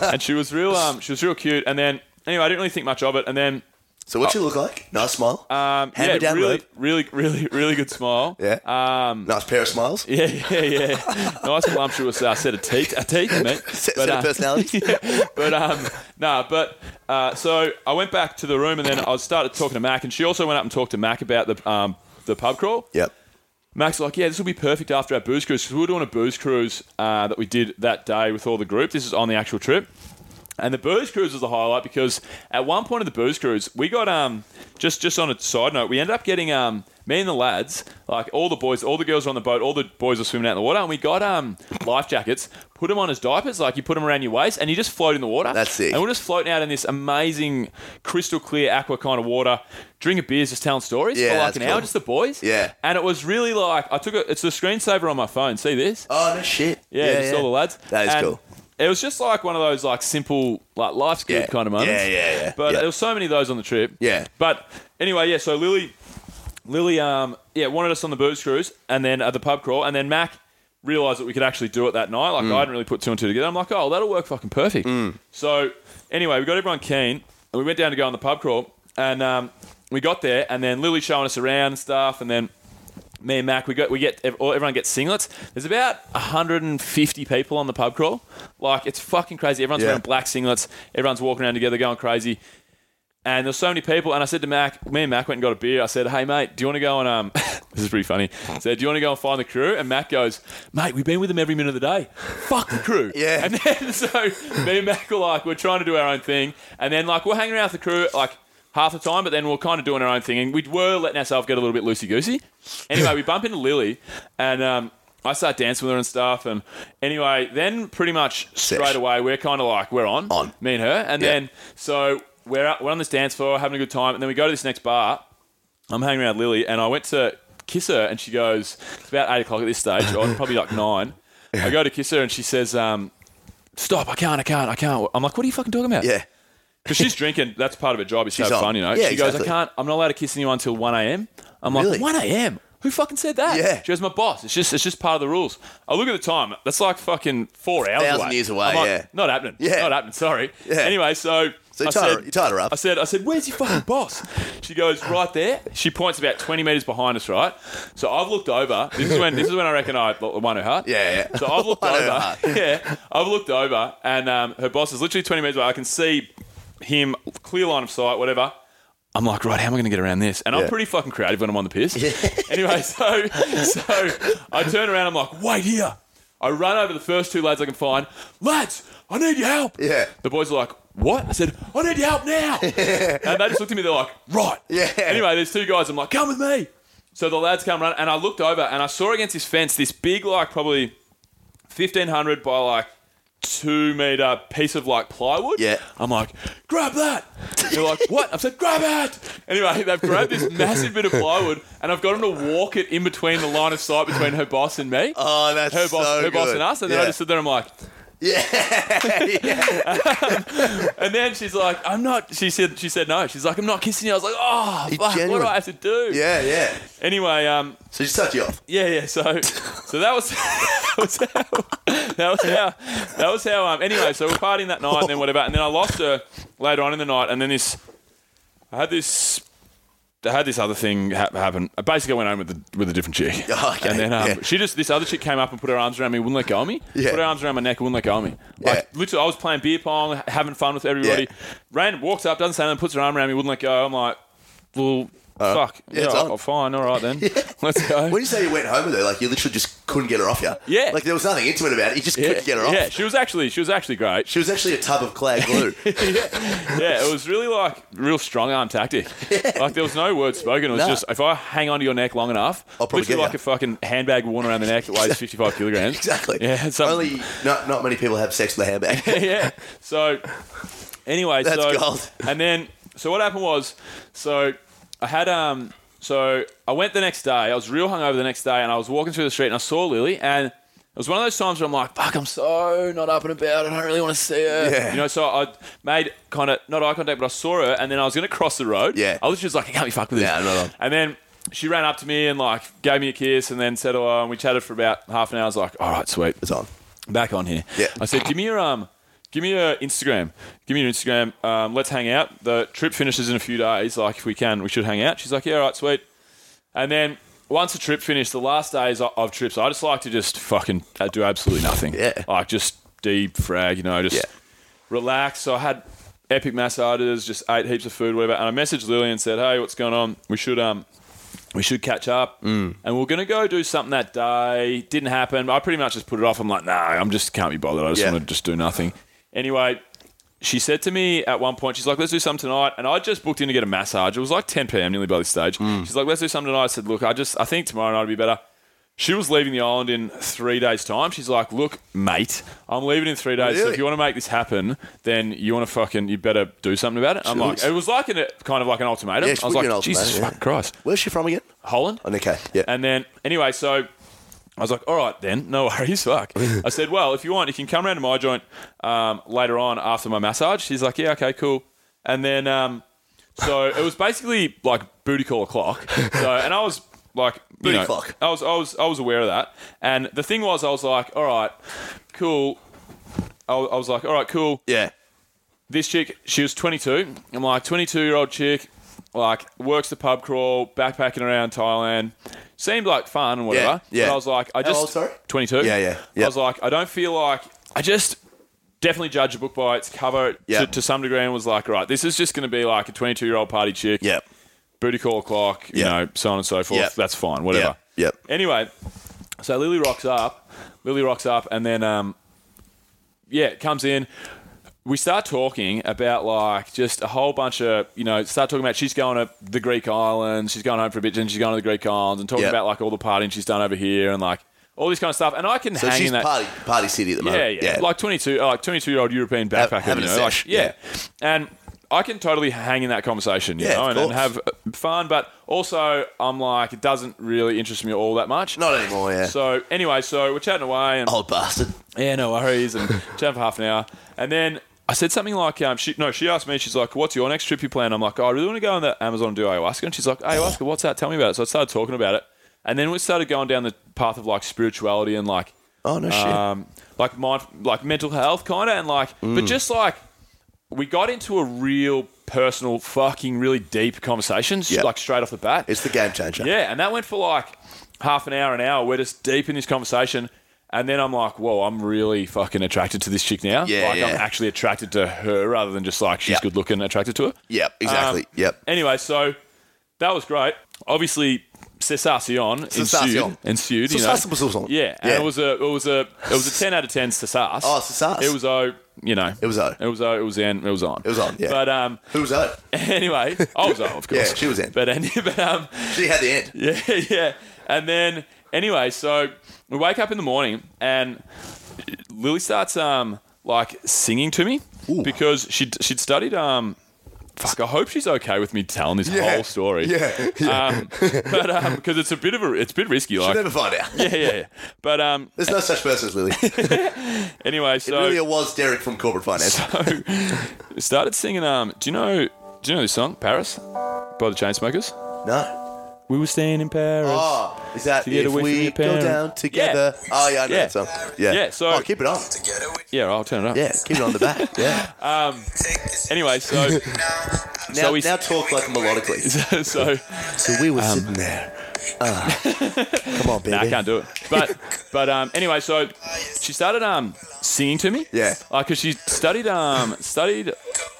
S2: and she was real, um, she was real cute. And then, anyway, I didn't really think much of it. And then,
S1: So what she
S2: Oh.
S1: look like? Nice smile.
S2: um,
S1: Hand
S2: yeah,
S1: me down
S2: really,
S1: look.
S2: really, really, really good smile.
S1: Yeah.
S2: Um,
S1: nice pair of smiles.
S2: yeah, yeah, yeah. nice voluptuous uh, set of teeth, uh, teeth, mate.
S1: Set, set of personalities.
S2: yeah, but um, nah, but uh, so I went back to the room and then I started talking to Mac, and she also went up and talked to Mac about the um, the pub crawl.
S1: yep.
S2: Mac's like, yeah, this will be perfect after our booze cruise because we were doing a booze cruise uh, that we did that day with all the group. This is on the actual trip. And the booze cruise was the highlight because at one point of the booze cruise, we got um just just on a side note, we ended up getting um me and the lads, like all the boys, all the girls were on the boat, all the boys were swimming out in the water, and we got um life jackets, put them on as diapers, like you put them around your waist, and you just float in the water.
S1: That's sick.
S2: And we're just floating out in this amazing crystal clear aqua kind of water, drinking beers, just telling stories
S1: Yeah,
S2: for like
S1: that's
S2: an
S1: cool.
S2: hour, just the boys.
S1: Yeah.
S2: And it was really like I took it. It's a screensaver on my phone. See this?
S1: Oh no shit.
S2: Yeah, just all the lads.
S1: That is
S2: And
S1: cool.
S2: It was just like one of those like simple like life's good
S1: Yeah.
S2: kind of moments.
S1: Yeah, yeah, yeah.
S2: But
S1: Yeah.
S2: there was so many of those on the trip.
S1: Yeah.
S2: But anyway, yeah. So Lily, Lily, um, yeah, wanted us on the booze cruise and then at the pub crawl and then Mac realized that we could actually do it that night. Like
S1: Mm.
S2: I hadn't really put two and two together. I'm like, oh, that'll work fucking perfect. So anyway, we got everyone keen and we went down to go on the pub crawl and um, we got there and then Lily showing us around and stuff and then me and Mac, we got we get ev- all- everyone gets singlets. There's about 150 people on the pub crawl. Like it's fucking crazy. Everyone's
S1: Yeah.
S2: wearing black singlets. Everyone's walking around together, going crazy. And there's so many people. And I said to Mac, me and Mac went and got a beer. I said, "Hey mate, do you want to go and um?" this is pretty funny. I said, "Do you want to go and find the crew?" And Mac goes, "Mate, we've been with them every minute of the day. Fuck the crew."
S1: Yeah.
S2: And then so me and Mac were like, we're trying to do our own thing, and then like we're hanging around with the crew like. Half the time, but then we're kind of doing our own thing, and we were letting ourselves get a little bit loosey goosey. Anyway, we bump into Lily, and um, I start dancing with her and stuff. And anyway, then pretty much
S1: Sesh.
S2: straight away, we're kind of like we're on,
S1: On.
S2: me and her, and
S1: Yeah.
S2: then so we're out, we're on this dance floor having a good time, and then we go to this next bar, I'm hanging around Lily, and I went to kiss her, and she goes, "It's about eight o'clock at this stage, or probably like nine. I go to kiss her, and she says, um, "Stop! I can't! I can't! I can't!" I'm like, "What are you fucking talking about?"
S1: Yeah.
S2: because she's drinking. That's part of her job. Is to
S1: She's
S2: have
S1: on.
S2: fun, you know.
S1: Yeah,
S2: she goes,
S1: exactly.
S2: "I can't. I'm not allowed to kiss anyone until one a.m." I'm
S1: Really?
S2: like, "One a.m." Who fucking said that?
S1: Yeah.
S2: She goes, my boss. It's just, it's just part of the rules. I look at the time. That's like fucking four hours.
S1: Thousand
S2: away.
S1: years away,
S2: I'm like,
S1: yeah.
S2: Not happening.
S1: Yeah.
S2: Not happening. Sorry.
S1: Yeah.
S2: Anyway, so
S1: So
S2: I
S1: you tied, her,
S2: said-
S1: you tied her up.
S2: I said, I said, where's your fucking boss? She goes, right there. She points about 20 metres behind us, right? So I've looked over. This is when this is when I reckon I won her heart.
S1: Yeah, yeah.
S2: So I've looked
S1: Won her
S2: over.
S1: heart.
S2: Yeah. I've looked over and um, her boss is literally 20 metres away. I can see him, clear line of sight, whatever. I'm like, right, how am I going to get around this? And
S1: Yeah.
S2: I'm pretty fucking creative when I'm on the piss. anyway, so so I turn around, I'm like, wait here. I run over the first two lads I can find. Lads, I need your help.
S1: Yeah.
S2: The boys are like, what? I said, I need your help now. and they just looked at me, they're like, right.
S1: Yeah.
S2: Anyway, there's two guys, I'm like, come with me. So the lads come run, and I looked over and I saw against this fence this big, like probably fifteen hundred by like two meter piece of like plywood.
S1: Yeah.
S2: I'm like, grab that. They're like, what? I've said, grab it. Anyway, they've grabbed this massive bit of plywood and I've got them to walk it in between the line of sight between her boss and me.
S1: Oh, that's
S2: her boss,
S1: so
S2: her boss
S1: good.
S2: and us. And then
S1: Yeah.
S2: I just stood there. I'm like,
S1: Yeah. yeah.
S2: and then she's like, I'm not. She said, she said no. She's like, I'm not kissing you. I was like, oh,
S1: You're
S2: fuck, what do
S1: genuine.
S2: I have to do?
S1: Yeah, yeah.
S2: Anyway, um,
S1: So just touch you off.
S2: Yeah, yeah. So, so that was that was how that was how that was how. Um, anyway, so we're partying that night, and then whatever, and then I lost her later on in the night, and then this, I had this. I had this other thing ha- happen. I basically went home with a, with a different chick,
S1: Oh, okay,
S2: and then um,
S1: yeah.
S2: she just this other chick came up and put her arms around me, wouldn't let go of me.
S1: Yeah.
S2: Put her arms around my neck, and wouldn't let go of me. Like
S1: Yeah.
S2: literally, I was playing beer pong, ha- having fun with everybody.
S1: Yeah.
S2: Rain walks up, doesn't say nothing, puts her arm around me, wouldn't let go. I'm like, well, fuck,
S1: Uh, Yeah,
S2: yeah,
S1: it's
S2: i
S1: on.
S2: fine, all right then, let's go.
S1: When you say you went home with her, like you literally just couldn't get her off you.
S2: Yeah.
S1: Like there was nothing intimate about it. You just couldn't get her off.
S2: Yeah, she was actually she was actually great. She-
S1: She was actually a tub of clay glue.
S2: yeah, it was really like real strong arm tactic. Like there was no word spoken. It was
S1: No.
S2: just if I hang onto your neck long enough,
S1: I'll probably
S2: literally
S1: get
S2: like
S1: ya.
S2: a fucking handbag worn around the neck that weighs fifty five kilograms.
S1: exactly.
S2: Yeah. it's something-
S1: Only not not many people have sex with a handbag.
S2: yeah. So anyway,
S1: That's
S2: so
S1: gold.
S2: and then so what happened was so I had um so I went the next day. I was real hungover the next day, and I was walking through the street and I saw Lily and. It was one of those times where I'm like, fuck, I'm so not up and about. I don't really want to see her.
S1: Yeah.
S2: You know, so I made kind of, not eye contact, but I saw her and then I was going to cross the road.
S1: Yeah.
S2: I was just like, I can't be fucked with this.
S1: Yeah, no, no.
S2: And then she ran up to me and like gave me a kiss and then said hello and we chatted for about half an hour. I was like, all right, sweet
S1: it's on.
S2: back on here.
S1: Yeah.
S2: I said, give me your um, give me your Instagram, give me your Instagram. Um, let's hang out. The trip finishes in a few days. Like if we can, we should hang out. She's like, yeah, all right, sweet. And then once the trip finished, the last days o- of trips, I just like to just fucking uh, do absolutely nothing.
S1: Yeah.
S2: Like just defrag, you know, just
S1: Yeah.
S2: relax. So I had epic massages, just ate heaps of food, whatever. And I messaged Lily and said, hey, what's going on? We should um. We should catch up,
S1: Mm.
S2: and we we're gonna go do something that day. Didn't happen. I pretty much just put it off. I'm like, nah, I'm just can't be bothered. I just
S1: Yeah.
S2: want to just do nothing. Anyway, she said to me at one point, she's like, let's do something tonight. And I just booked in to get a massage. It was like 10 p.m. nearly by this stage.
S1: Mm.
S2: She's like, let's do something tonight. I said, look, I just, I think tomorrow night will be better. She was leaving the island in three days' time. She's like, look, mate, I'm leaving in three days. So
S1: Really?
S2: if you want to make this happen, then you want to fucking, you better do something about it. I'm like,
S1: Jeez.
S2: it was like an, kind of like an ultimatum.
S1: Yeah, she
S2: I was
S1: put you an
S2: like,
S1: ultimatum,
S2: Jesus
S1: yeah.
S2: fucking Christ.
S1: Where's she from again?
S2: Holland?
S1: Oh, okay. Yeah.
S2: And then, anyway, so I was like, all right, then, no worries, fuck. I said, well, if you want, you can come round to my joint um, later on after my massage. She's like, yeah, okay, cool. And then, um, so it was basically like booty call o'clock. So, and I was like, you
S1: Booty
S2: know,
S1: clock.
S2: I was, I was, I was aware of that. And the thing was, I was like, all right, cool. I I was like, all right, cool
S1: yeah.
S2: this chick, she was 22. I'm like, 22 year old chick, like, works the pub crawl, backpacking around Thailand. Seemed like fun and whatever.
S1: Yeah, yeah.
S2: But I was like, I
S1: How
S2: just.
S1: old, sorry?
S2: 22.
S1: Yeah, yeah, yeah.
S2: I was like, I don't feel like. I just definitely judge a book by its cover
S1: Yeah.
S2: to, to some degree and was like, right, this is just going to be like a 22 year old party chick.
S1: Yeah.
S2: Booty call o'clock, you
S1: Yeah.
S2: know, so on and so forth.
S1: Yeah.
S2: That's fine, whatever.
S1: Yeah, yeah.
S2: Anyway, so Lily rocks up. Lily rocks up and then, um, yeah, comes in we start talking about like just a whole bunch of you know start talking about she's going to the Greek islands, she's going home for a bit, and she's going to the Greek islands, and talking
S1: Yeah.
S2: about like all the partying she's done over here and like all this kind of stuff. And I can
S1: So
S2: hang
S1: she's
S2: in that.
S1: party party city at the
S2: yeah,
S1: moment.
S2: yeah, like twenty two, like twenty two year old European backpacker,
S1: having
S2: you
S1: a
S2: know, like,
S1: sesh,
S2: yeah. and. I can totally hang in that conversation, you
S1: Yeah,
S2: know,
S1: of
S2: and, and
S1: course.
S2: have uh, fun. But also, I'm like, it doesn't really interest me all that much.
S1: Not anymore. Yeah.
S2: So anyway, so we're chatting away, and
S1: Old bastard.
S2: yeah, no worries. And chatted for half an hour. And then I said something like, um, she, no, she asked me, she's like, what's your next trip you plan? I'm like, oh, I really want to go on the Amazon and do ayahuasca. And she's like, ayahuasca, what's that? Tell me about it. So I started talking about it. And then we started going down the path of like spirituality and like,
S1: Oh no shit.
S2: um, like mind, like mental health kind of, and like,
S1: Mm.
S2: but just like we got into a real personal, fucking, really deep conversation, s-
S1: Yep.
S2: like straight off the bat.
S1: it's the game changer.
S2: Yeah, and that went for like half an hour, an hour. We're just deep in this conversation. And then I'm like, whoa, I'm really fucking attracted to this chick now.
S1: Yeah,
S2: like, I'm
S1: yeah.
S2: actually attracted to her rather than just like she's
S1: Yep.
S2: good looking and attracted to her.
S1: Yep. Exactly.
S2: Um,
S1: yep.
S2: Anyway, so that was great. Obviously, cessation ensued.
S1: Cessation.
S2: ensued you know.
S1: Cessation was on.
S2: Yeah, and
S1: Yeah.
S2: it was a it was a it was a ten out of ten cessation.
S1: Oh, cessation.
S2: It was a you know,
S1: It was O.
S2: it was O, it was N, it was on.
S1: It was on, yeah.
S2: But um,
S1: Who was O?
S2: anyway, I was O, of
S1: Yeah,
S2: course.
S1: she was in.
S2: But any, but um,
S1: She had the end.
S2: yeah, yeah. And then anyway, so we wake up in the morning and Lily starts um like singing to me
S1: Ooh.
S2: because she would she'd studied um. Fuck, I hope she's okay with me telling this
S1: Yeah.
S2: whole story.
S1: Yeah, yeah.
S2: Um, but um, because it's a bit of a, it's a bit risky.
S1: She'll
S2: Like,
S1: never find out.
S2: yeah, yeah, yeah. But um,
S1: There's no such person as Lily. It
S2: anyway, so
S1: really was Derek from Corporate Finance.
S2: started singing. Um, do you know? Do you know this song, Paris, by the Chainsmokers?
S1: No.
S2: We were staying in Paris.
S1: Oh, is that
S2: To get
S1: if
S2: away from
S1: we
S2: your
S1: go
S2: parent.
S1: down together? Oh, yeah, I know
S2: Yeah.
S1: that song. Yeah.
S2: Yeah, so-
S1: oh, keep it on.
S2: Yeah, I'll turn it up.
S1: Yeah, keep it on the back. Yeah.
S2: Anyway, so
S1: now,
S2: so we-
S1: now talk like melodically. Um,
S2: so, so
S1: So we were sitting there. Uh, come on, baby.
S2: nah, I can't do it. But but um, anyway, so she started um singing to me.
S1: Yeah.
S2: Like, cause she studied um studied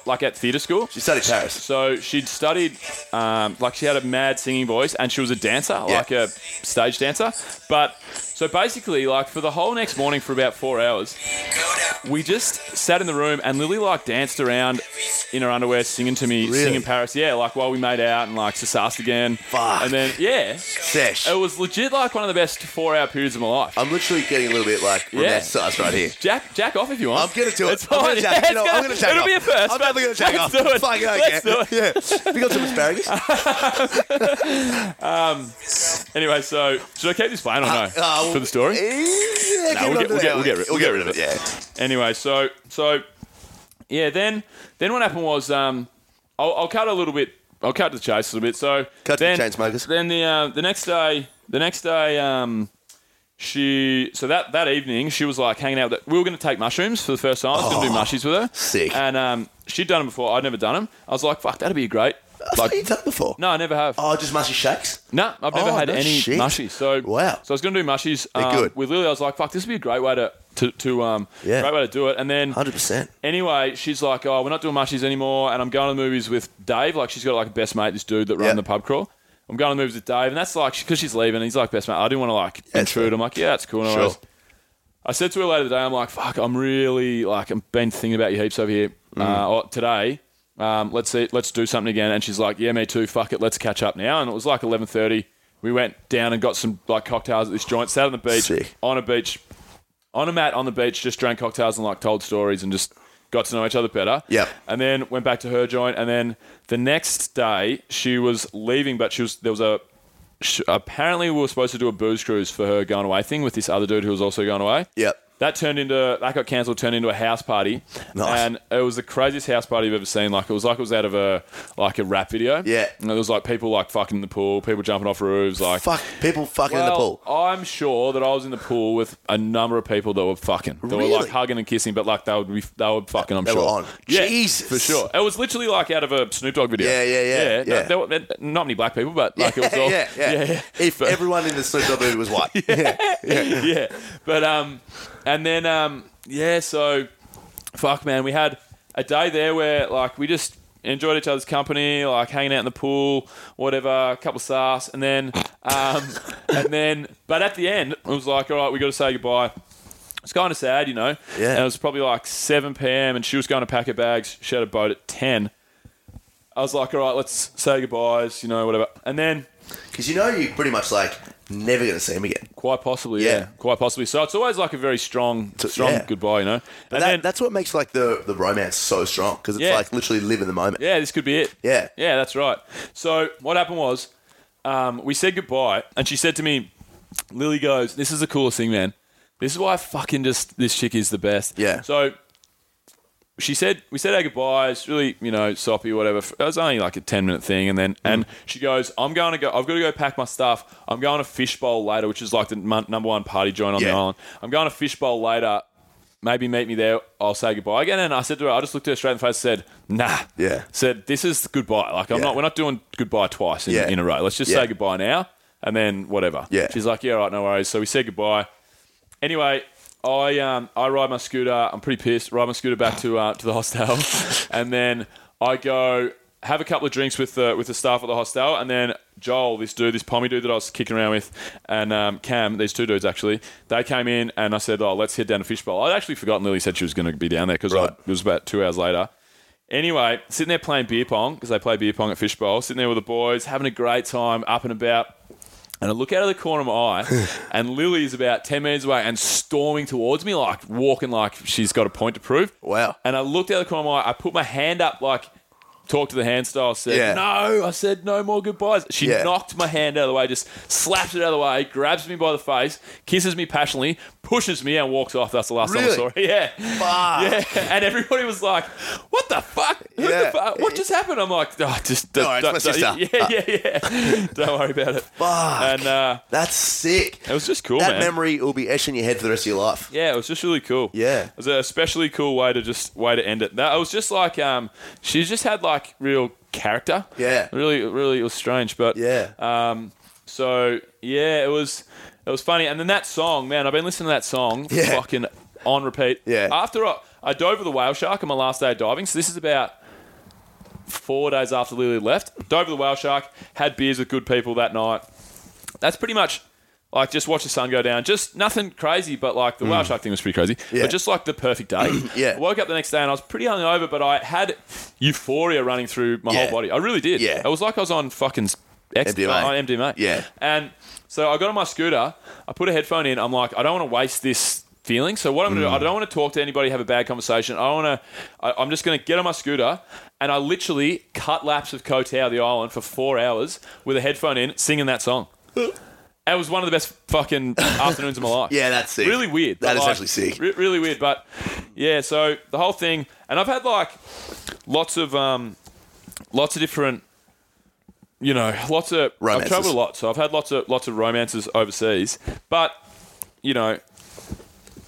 S2: like at theatre school.
S1: She studied Paris.
S2: So she'd studied, um, like she had a mad singing voice, and she was a dancer,
S1: Yeah.
S2: like a stage dancer. But so basically, like for the whole next morning for about four hours, we just sat in the room, and Lily like danced around in her underwear, singing to me,
S1: Really?
S2: singing Paris. Yeah, like while we made out and like sassed again.
S1: Fuck.
S2: And then yeah,
S1: Sesh.
S2: it was legit like one of the best four-hour periods of my life.
S1: I'm literally getting a little bit like
S2: Yeah.
S1: romanticized right here.
S2: Jack, jack off if you
S1: I'm
S2: want.
S1: gonna do it.
S2: It's
S1: I'm
S2: fine.
S1: gonna jack.
S2: Yeah,
S1: you know,
S2: it's
S1: I'm
S2: gonna-
S1: gonna jack
S2: it'll
S1: off.
S2: be a first,
S1: I'm
S2: but
S1: definitely gonna jack
S2: let's
S1: off.
S2: do it.
S1: Fucking okay.
S2: Let's do it.
S1: Yeah. Have you got some asparagus?
S2: Anyway, so should I keep this playing or no
S1: Uh,
S2: for the story?
S1: Yeah, keep
S2: we'll
S1: it on
S2: get-
S1: to
S2: we'll
S1: the
S2: get-
S1: hour.
S2: we'll get rid-
S1: We'll get rid of it. Yeah.
S2: Anyway, so so yeah, then then what happened was um, I'll, I'll cut a little bit. I'll cut to the chase a little bit. So
S1: Cut to the
S2: then,
S1: chain smokers.
S2: Then the uh, the next day, the next day, um, she so that that evening she was like hanging out. With, we were going to take mushrooms for the first time. I was going to do mushies with her.
S1: Oh, sick.
S2: And um, she'd done them before. I'd never done them. I was like, fuck, that'd be great.
S1: I thought
S2: Like,
S1: you'd done it before.
S2: no, I never have.
S1: Oh, just mushy shakes.
S2: No, I've never
S1: Oh,
S2: had
S1: no
S2: any
S1: shit.
S2: mushies. So
S1: Wow.
S2: So I was going to do mushies.
S1: They're
S2: um,
S1: good.
S2: With Lily, I was like, "Fuck, this would be a great way to to, to um
S1: Yeah.
S2: great way to do it." And then
S1: 100%.
S2: anyway, she's like, "Oh, we're not doing mushies anymore," and I'm going to the movies with Dave. Like she's got like a best mate, this dude that ran
S1: Yeah.
S2: the pub crawl. I'm going to the movies with Dave, and that's like because she's leaving. and He's like best mate. I didn't want to like
S1: That's
S2: intrude.
S1: fair.
S2: I'm like, yeah, that's cool. No
S1: Sure.
S2: worries." I said to her later today, I'm like, fuck, I'm really like, I've been thinking about you heaps over here
S1: Mm.
S2: uh, or today. Um, let's see, let's do something again. And she's like, yeah, me too. Fuck it, let's catch up now. And it was like 11:30. We went down and got some like cocktails at this joint. Sat on the beach,
S1: Sick.
S2: on a beach, on a mat on the beach. Just drank cocktails and like told stories and just got to know each other better.
S1: Yep.
S2: And then went back to her joint. And then the next day she was leaving, but she was there was a sh- apparently we were supposed to do a booze cruise for her going away thing with this other dude who was also going away.
S1: Yep.
S2: That turned into that got cancelled. Turned into a house party,
S1: Nice.
S2: and it was the craziest house party you've ever seen. Like it was like it was out of a like a rap video.
S1: Yeah.
S2: and it was like people like fucking in the pool, people jumping off roofs, like
S1: Fuck, people fucking in the
S2: Well,
S1: pool.
S2: I'm sure that I was in the pool with a number of people that were fucking. They were
S1: Really?
S2: like hugging and kissing, but like they would be they were fucking. I'm
S1: They were
S2: sure.
S1: on.
S2: Yeah,
S1: Jesus.
S2: for sure. It was literally like out of a Snoop Dogg video.
S1: Yeah, yeah, yeah,
S2: yeah. no,
S1: yeah.
S2: there were- there- not many black people, but like it was all.
S1: yeah, yeah, If
S2: But-
S1: everyone in the Snoop Dogg movie was white. yeah.
S2: yeah. But um, and then um, yeah. So, fuck, man, we had a day there where like we just enjoyed each other's company, like hanging out in the pool, whatever, a couple sass, and then um, and then. But at the end, it was like, all right, we got to say goodbye. It's kind of sad, you know.
S1: Yeah.
S2: And it was probably like 7 p.m. and she was going to pack her bags. She had a boat at 10. I was like, all right, let's say goodbyes, you know, whatever. And then
S1: Because you know you're pretty much like never going to see him again.
S2: Quite possibly, yeah.
S1: Yeah.
S2: Quite possibly. So it's always like a very strong,
S1: So-
S2: strong
S1: yeah.
S2: goodbye, you know.
S1: But
S2: and
S1: that,
S2: then,
S1: that's what makes like the, the romance so strong because it's
S2: Yeah.
S1: like literally live in the moment.
S2: yeah, this could be it.
S1: Yeah.
S2: yeah, that's right. So what happened was, um, we said goodbye, and she said to me, "Lily goes, this is the coolest thing, man. This is why I fucking just this chick is the best."
S1: Yeah.
S2: So she said we said our goodbyes, really, you know, soppy, whatever. It was only like a ten minute thing, and then
S1: Mm.
S2: and she goes, "I'm going to go. I've got to go pack my stuff. I'm going to Fishbowl later, which is like the mon- number one party joint on the
S1: Yeah.
S2: island. I'm going to Fishbowl later. Maybe meet me there. I'll say goodbye again." And I said to her, I just looked her straight in the face, and said, "Nah."
S1: Yeah.
S2: Said, "This is goodbye. Like I'm
S1: Yeah.
S2: not. We're not doing goodbye twice in,
S1: Yeah.
S2: in a row. Let's just
S1: Yeah.
S2: say goodbye now." And then whatever.
S1: Yeah.
S2: She's like, yeah, all right, no worries. So we said goodbye. Anyway, I um, I ride my scooter. I'm pretty pissed. Ride my scooter back to uh, to the hostel, and then I go have a couple of drinks with the with the staff at the hostel, and then Joel, this dude, this pommy dude that I was kicking around with, and um, Cam, these two dudes actually, they came in and I said, "Oh, let's head down to Fishbowl." I'd actually forgotten Lily said she was going to be down there because
S1: Right.
S2: it was about two hours later. Anyway, sitting there playing beer pong because they play beer pong at Fishbowl. Sitting there with the boys, having a great time, up and about. And I look out of the corner of my eye, and Lily is about 10 metres away and storming towards me, like walking like she's got a point to prove.
S1: Wow.
S2: And I looked out of the corner of my eye, I put my hand up, like, talk to the hand style, said,
S1: Yeah.
S2: No, I said, no more goodbyes. She
S1: Yeah.
S2: knocked my hand out of the way, just slaps it out of the way, grabs me by the face, kisses me passionately, pushes me, and walks off. That's the last time I
S1: Really?
S2: saw her. Yeah. Yeah, and everybody was like, "What the fuck? Who
S1: Yeah.
S2: the fuck? What just happened?" I'm like, "Oh, just
S1: Don't worry, it's my sister."
S2: yeah, yeah, yeah. don't worry about it."
S1: Fuck.
S2: And uh,
S1: That's sick.
S2: it was just cool,
S1: that
S2: man.
S1: memory will be etched in your head for the rest of your life.
S2: yeah, it was just really cool.
S1: Yeah.
S2: it was an especially cool way to just way to end it. That I was just like, um, she just had like real character.
S1: Yeah.
S2: really, really, it was strange, but
S1: Yeah.
S2: Um, so yeah, it was it was funny. And then that song, man, I've been listening to that song
S1: Yeah.
S2: fucking on repeat.
S1: Yeah.
S2: After I, I dove with a whale shark on my last day of diving, so this is about four days after Lily left. Dove with a whale shark, had beers with good people that night. That's pretty much like just watch the sun go down. Just nothing crazy, but like the whale shark thing was pretty crazy.
S1: Mm. Yeah.
S2: But just like the perfect day.
S1: Yeah.
S2: Woke up the next day and I was pretty hungover, but I had euphoria running through my
S1: Yeah.
S2: whole body. I really did.
S1: Yeah.
S2: It was like I was on fucking X
S1: MDMA.
S2: uh, on MDMA.
S1: Yeah.
S2: And so I got on my scooter. I put a headphone in. I'm like, I don't want to waste this feeling. So what I'm gonna do, I don't want to talk to anybody, have a bad conversation. I want to. I, I'm just gonna get on my scooter, and I literally cut laps of Koh Tao, the island, for four hours with a headphone in, singing that song. It was one of the best fucking afternoons of my life.
S1: Yeah, that's sick.
S2: Really weird.
S1: That
S2: but
S1: is
S2: like,
S1: actually sick.
S2: re- really weird, but yeah. So the whole thing, and I've had like lots of um, lots of different, you know, lots of
S1: Romances.
S2: I've traveled a lot, so I've had lots of lots of romances overseas, but you know,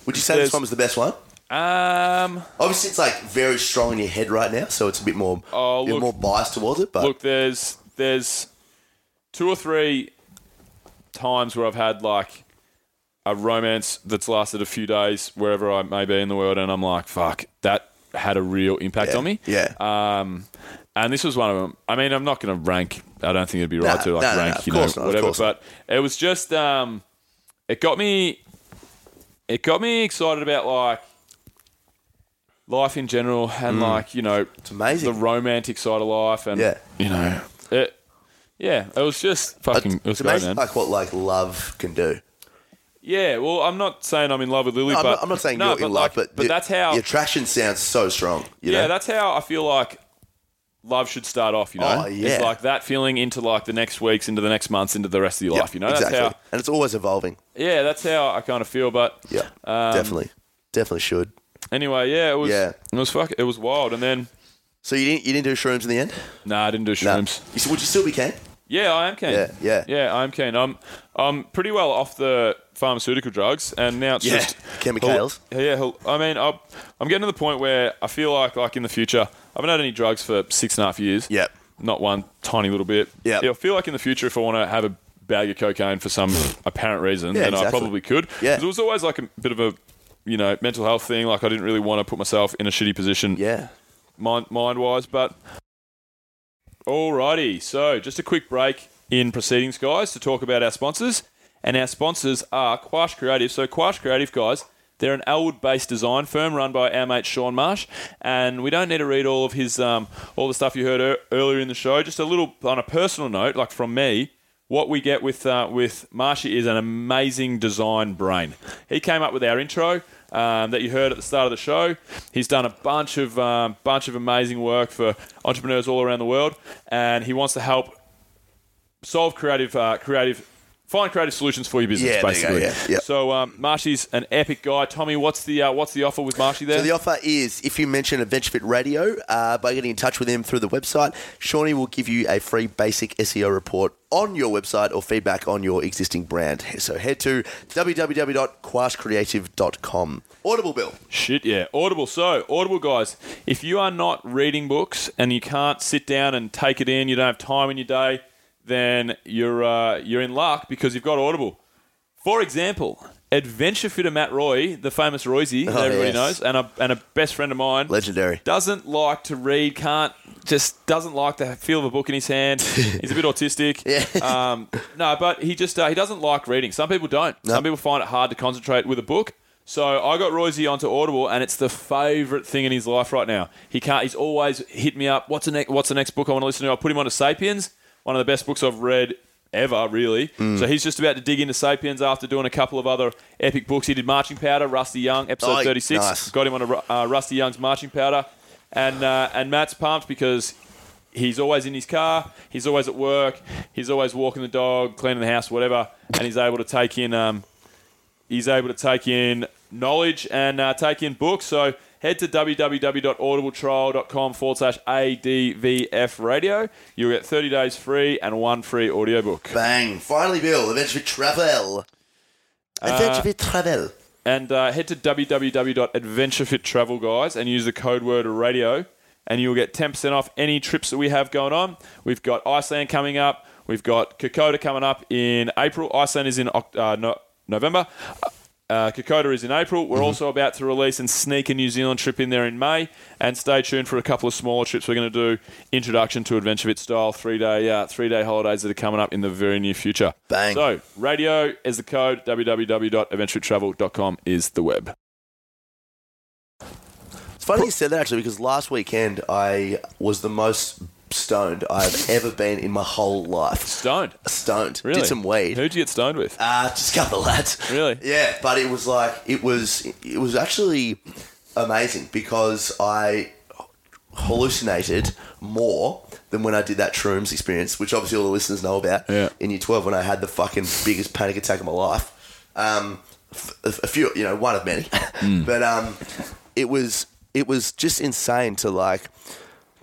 S1: Would you say
S2: There's-
S1: this one was the best one?
S2: um,
S1: Obviously, it's like very strong in your head right now, so it's a bit more,
S2: Oh,
S1: you're
S2: look.
S1: more biased towards it. But
S2: look, there's there's two or three times where I've had like a romance that's lasted a few days wherever I may be in the world, and I'm like, fuck, that had a real impact
S1: yeah,
S2: on me.
S1: yeah,
S2: Um, and this was one of them. I mean, I'm not going to rank. I don't think it'd be right
S1: Nah,
S2: to like
S1: nah, nah, nah,
S2: rank,
S1: of
S2: you know,
S1: course not, of
S2: whatever.
S1: course
S2: But it was just, um, it got me, it got me excited about like life in general and like you know, it's
S1: Mm. amazing.
S2: the romantic side of life and
S1: Yeah.
S2: you know, it, yeah, it was just fucking, it was
S1: it's
S2: great,
S1: amazing,
S2: man.
S1: like what like love can do.
S2: yeah, well, I'm not saying I'm in love with Lily,
S1: No, I'm,
S2: but
S1: not, I'm not saying
S2: no,
S1: you're
S2: but
S1: in
S2: like,
S1: love, but
S2: but
S1: the-
S2: that's how
S1: the attraction sounds so strong. You
S2: yeah,
S1: know?
S2: that's how I feel like love should start off. You know,
S1: Oh, yeah.
S2: it's like that feeling into like the next weeks, into the next months, into the rest of your
S1: Yeah,
S2: life. You know,
S1: exactly,
S2: that's how.
S1: and it's always evolving.
S2: Yeah, that's how I kind of feel. But
S1: Yeah,
S2: Um,
S1: definitely, definitely should.
S2: anyway, yeah, it was.
S1: Yeah.
S2: it was fuck. It was wild. And then,
S1: So you didn't you didn't do shrooms in the end?
S2: nah, I didn't do
S1: No.
S2: shrooms.
S1: You s- Would you still be keen?
S2: Yeah, I am keen.
S1: Yeah, yeah.
S2: yeah, I am keen. I'm, I'm pretty well off the pharmaceutical drugs, and now it's
S1: Yeah,
S2: just
S1: chemicals.
S2: Yeah, hel- I mean, i I'm getting to the point where I feel like, like in the future, I haven't had any drugs for six and a half years.
S1: Yep.
S2: not one tiny little bit.
S1: Yep.
S2: I feel like in the future, if I want to have a bag of cocaine for some apparent reason,
S1: Yeah,
S2: then I
S1: exactly.
S2: probably could.
S1: Yeah.
S2: 'Cause it was always like a bit of a, you know, mental health thing. Like I didn't really want to put myself in a shitty position
S1: Yeah.
S2: mind mind wise. But alrighty, so just a quick break in proceedings, guys, to talk about our sponsors. And our sponsors are Quash Creative. So Quash Creative, guys, they're an Elwood-based design firm run by our mate Sean Marsh. And we don't need to read all of his um, all the stuff you heard ear- earlier in the show. Just a little on a personal note, like from me. What we get with uh, with Marshy is an amazing design brain. He came up with our intro um, that you heard at the start of the show. He's done a bunch of um, bunch of amazing work for entrepreneurs all around the world, and he wants to help solve creative uh, creative find creative solutions for your business.
S1: Yeah, there you go,
S2: basically,
S1: yeah, yeah.
S2: So um, Marshy's an epic guy. Tommy, what's the uh, what's the offer with Marshy there?
S1: So the offer is if you mention AdventureFit Radio uh, by getting in touch with him through the website, Shawnee will give you a free basic SEO report on your website or feedback on your existing brand. So head to www.quashcreative.com. Audible bill.
S2: Shit, yeah. Audible. So, Audible, guys, if you are not reading books and you can't sit down and take it in, you don't have time in your day, then you're, uh, you're in luck because you've got Audible. For example, adventure fitter Matt Roy, the famous Royzy that
S1: Oh,
S2: everybody
S1: yes.
S2: knows, and a, and a best friend of mine,
S1: Legendary.
S2: doesn't like to read, can't just doesn't like the feel of a book in his hand. He's a bit autistic.
S1: Yeah.
S2: Um, no, but he just uh, he doesn't like reading. Some people don't. Some people find it hard to concentrate with a book. So I got Royzy onto Audible, and it's the favourite thing in his life right now. He can't. He's always hit me up. What's the next? What's the next book I want to listen to? I put him onto Sapiens, one of the best books I've read ever, really. So he's just about to dig into Sapiens after doing a couple of other epic books. He did Marching Powder, Rusty Young, episode
S1: Oh,
S2: thirty six.
S1: nice.
S2: Got him on a Ru- uh, Rusty Young's marching powder, and uh, and Matt's pumped because he's always in his car, he's always at work, he's always walking the dog, cleaning the house, whatever, and he's able to take in um, he's able to take in knowledge and uh, take in books. So head to www.audibletrial.com forward slash advf radio. You'll get thirty days free and one free audiobook.
S1: Bang. Finally, Bill. Adventure Fit Travel.
S2: Uh,
S1: Adventure Fit Travel.
S2: And uh, head to www.adventurefittravel, guys, and use the code word radio, and you'll get 10% off any trips that we have going on. We've got Iceland coming up. We've got Kokoda coming up in April. Iceland is in Oct- uh, no- November. Uh, Kokoda is in April.
S1: Mm-hmm.
S2: We're also about to release and sneak a New Zealand trip in there in May. And stay tuned for a couple of smaller trips. We're going to do introduction to Adventure Fit style three day uh, three day holidays that are coming up in the very near future.
S1: Bang.
S2: So radio is the code. www.adventuretravel.com is the web.
S1: It's funny you said that actually because last weekend I was the most stoned I've ever been in my whole life.
S2: Stoned.
S1: Stoned.
S2: Really?
S1: Did some weed.
S2: Who'd you get stoned with?
S1: Uh, just a couple of lads.
S2: Really?
S1: Yeah, but it was like it was it was actually amazing because I hallucinated more than when I did that shrooms experience, which obviously all the listeners know about.
S2: Yeah.
S1: In year twelve, when I had the fucking biggest panic attack of my life, um, f- a a few, you know, one of many,
S2: Hmm.
S1: but um, it was it was just insane to like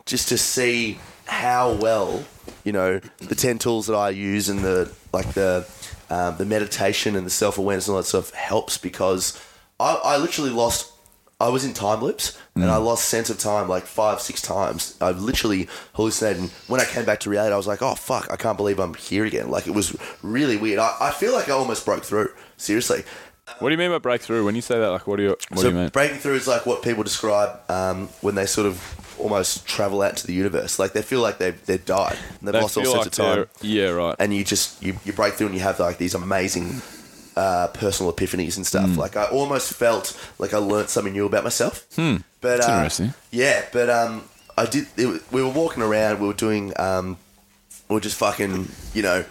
S1: just to see how well you know the ten tools that I use and the like the um, the meditation and the self awareness and all that stuff helps because I, I literally lost. I was in time loops and I lost sense of time like five, six times. I've literally hallucinated. And when I came back to reality, I was like, oh, fuck, I can't believe I'm here again. Like, it was really weird. I, I feel like I almost broke through, seriously.
S2: What do you mean by breakthrough? When you say that, like, what do you what
S1: so
S2: do you mean?
S1: breaking through is like what people describe um, when they sort of almost travel out to the universe. Like they feel like they've they've died and they've
S2: They
S1: lost all
S2: feel
S1: sense
S2: like
S1: of time.
S2: they're- Yeah, right.
S1: And you just you, you break through and you have like these amazing uh, personal epiphanies and
S2: Hmm.
S1: stuff. Like I almost felt like I learnt something new about myself. Hmm. But uh,
S2: interesting.
S1: Yeah, but um, I did. It, wa- we were walking around. We were doing. Um, we were just fucking. You know.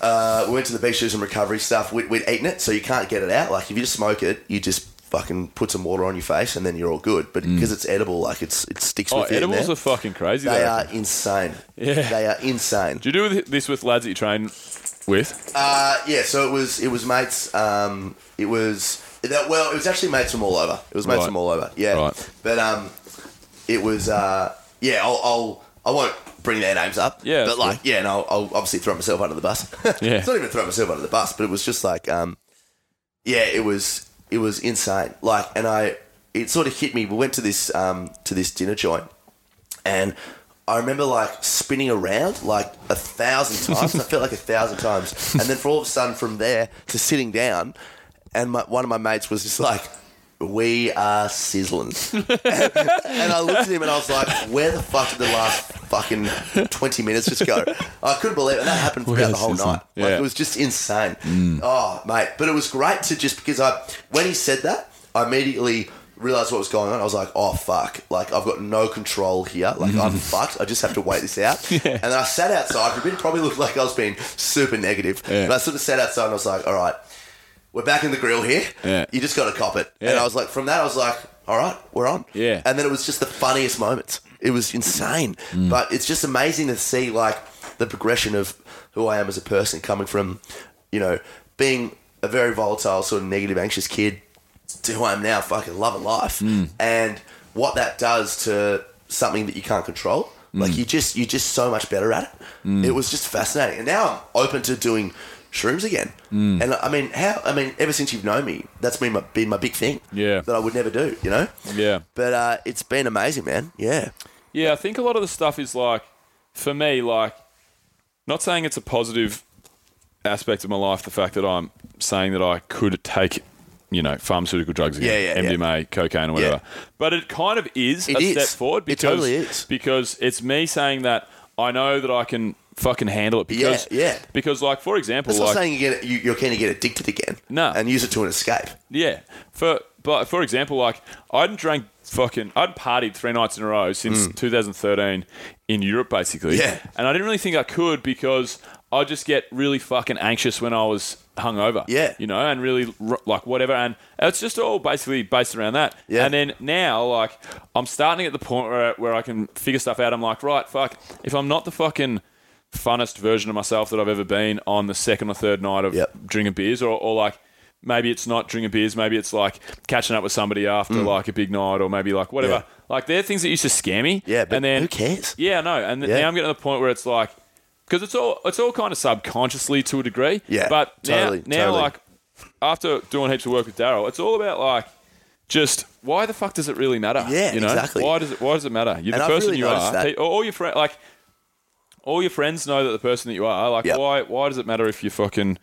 S1: Uh, we went to the beach, do some recovery stuff. We'd, we'd eaten it, so you can't get it out. Like if you just smoke it, you just fucking put some water on your face, and then you're all good. But because it's edible, like it's it sticks
S2: Hmm. oh,
S1: with you. in
S2: edibles
S1: there.
S2: are fucking crazy.
S1: They
S2: though.
S1: are insane.
S2: Yeah.
S1: They are insane.
S2: Do you do with- this with lads that you train with?
S1: Uh, yeah, so it was it was mates. Um, it was that well, it was actually mates from all over. It was mates
S2: Right.
S1: from all over. Yeah,
S2: Right.
S1: but um, it was uh, yeah. I'll, I'll I won't bring their names up.
S2: Yeah,
S1: but
S2: that's
S1: like yeah, and I'll, I'll obviously throw myself under the bus.
S2: Yeah.
S1: it's not even throw myself under the bus, but it was just like um, yeah, it was it was insane. Like, and I it sort of hit me. We went to this um to this dinner joint, and I remember like spinning around like a thousand times. I felt like a thousand times, and then for all of a sudden, from there to sitting down, and my, one of my mates was just like. We are sizzling, and, I looked at him and I was like, "Where the fuck did the last fucking twenty minutes just go?" I couldn't believe it. And that happened throughout the whole
S2: sizzling.
S1: night. Like
S2: Yeah.
S1: it was was just insane.
S2: Mm.
S1: Oh, mate. But it was great to just because I, when he said that, I immediately realized what was going on. I was like, oh, fuck. Like, I've got no control here. Like, I'm fucked. I just have to wait this out. And then I sat outside for a bit. Probably looked like I was being super negative.
S2: Yeah.
S1: But I sort of sat outside and I was like, all right, we're back in the grill here.
S2: Yeah.
S1: You just got to cop it. And
S2: Yeah.
S1: I was like, from that, I was like, all right, we're on.
S2: Yeah.
S1: And then it was just the funniest moments. It was insane.
S2: Mm.
S1: But it's just amazing to see like the progression of who I am as a person coming from, you know, being a very volatile, sort of negative, anxious kid to who I am now, fucking loving life.
S2: Mm.
S1: And what that does to something that you can't control.
S2: Mm.
S1: Like you just you're just so much better at it. It was just fascinating. And now I'm open to doing shrooms again.
S2: Mm.
S1: And I mean, how I mean, ever since you've known me, that's been my been my big thing.
S2: Yeah.
S1: That I would never do, you know?
S2: Yeah.
S1: But uh, it's been amazing, man. Yeah.
S2: Yeah, I think a lot of the stuff is like, for me, like, not saying it's a positive aspect of my life, the fact that I'm saying that I could take you know pharmaceutical drugs again,
S1: Yeah, yeah, yeah.
S2: MDMA, cocaine, or whatever. But it kind of is
S1: It
S2: a
S1: is.
S2: step forward
S1: It
S2: because
S1: totally is.
S2: because it's me saying that I know that I can fucking handle it because
S1: yeah.
S2: because like for example
S1: That's
S2: like
S1: not saying you get, you, you're keen to get addicted again.
S2: No.
S1: And use it to an escape.
S2: Yeah. For but for example, like I'd drank fucking I'd partied three nights in a row since 2013 in Europe basically.
S1: Mm. Yeah.
S2: And I didn't really think I could because I just get really fucking anxious when I was hungover.
S1: Yeah.
S2: You know, and really r- like whatever and it's just all basically based around that.
S1: Yeah.
S2: And then now like I'm starting at the point where where I can figure stuff out. I'm like, right, fuck, if I'm not the fucking funnest version of myself that I've ever been on the second or third night of
S1: Yep.
S2: drinking beers, or, or like maybe it's not drinking beers, maybe it's like catching up with somebody after like a big night, or maybe like whatever.
S1: Mm. Yeah.
S2: Like they're things that used to scare me.
S1: Yeah, but
S2: and then
S1: who cares?
S2: Yeah, no. And th-
S1: Yeah.
S2: now I'm getting to the point where it's like because it's all it's all kind of subconsciously to a degree.
S1: Yeah,
S2: but now
S1: totally,
S2: now
S1: totally.
S2: like after doing heaps of work with Daryl, it's all about like. Just why the fuck does it really matter?
S1: Yeah,
S2: you know?
S1: exactly.
S2: Why does it Why does it matter? You're
S1: And
S2: the
S1: I've
S2: person
S1: really
S2: you are.
S1: noticed that.
S2: Pe- All your friends, like all your friends know that the person that you are. Like,
S1: Yep.
S2: why why does it matter if you're fucking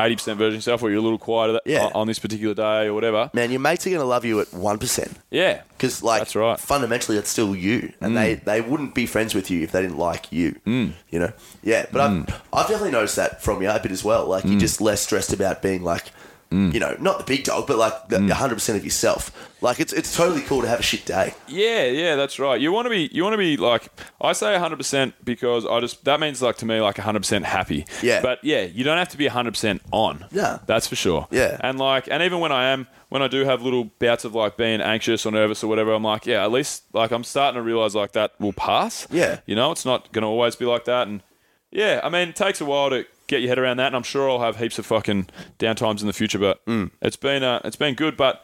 S2: eighty percent version of yourself or you're a little quieter that,
S1: Yeah.
S2: on- on this particular day or whatever?
S1: Man, your mates are going to love you at 1%.
S2: Yeah,
S1: Because, like,
S2: That's right. Mm.
S1: fundamentally, that's still you. And they, they wouldn't be friends with you if they didn't like you. Mm. You know? Yeah. But
S2: Mm.
S1: I've, I've definitely noticed that from you a bit as well. Like, you're just less stressed about being, like,
S2: Mm.
S1: you know, not the big dog, but, like, the, 100% of yourself. Like, it's, it's totally cool to have a shit day.
S2: yeah, yeah. That's right. You want to be you want to be like I say hundred percent because I just that means like to me like hundred percent happy.
S1: Yeah.
S2: but yeah, you don't have to be hundred percent on.
S1: Yeah.
S2: that's for sure.
S1: Yeah.
S2: and like and even when I am when I do have little bouts of like being anxious or nervous or whatever, I'm like yeah, at least like I'm starting to realize like that will pass.
S1: Yeah.
S2: you know, it's not going to always be like that and. Yeah, I mean, it takes a while to get your head around that, and I'm sure I'll have heaps of fucking downtimes in the future. But
S1: Mm.
S2: it's been uh, it's been good. But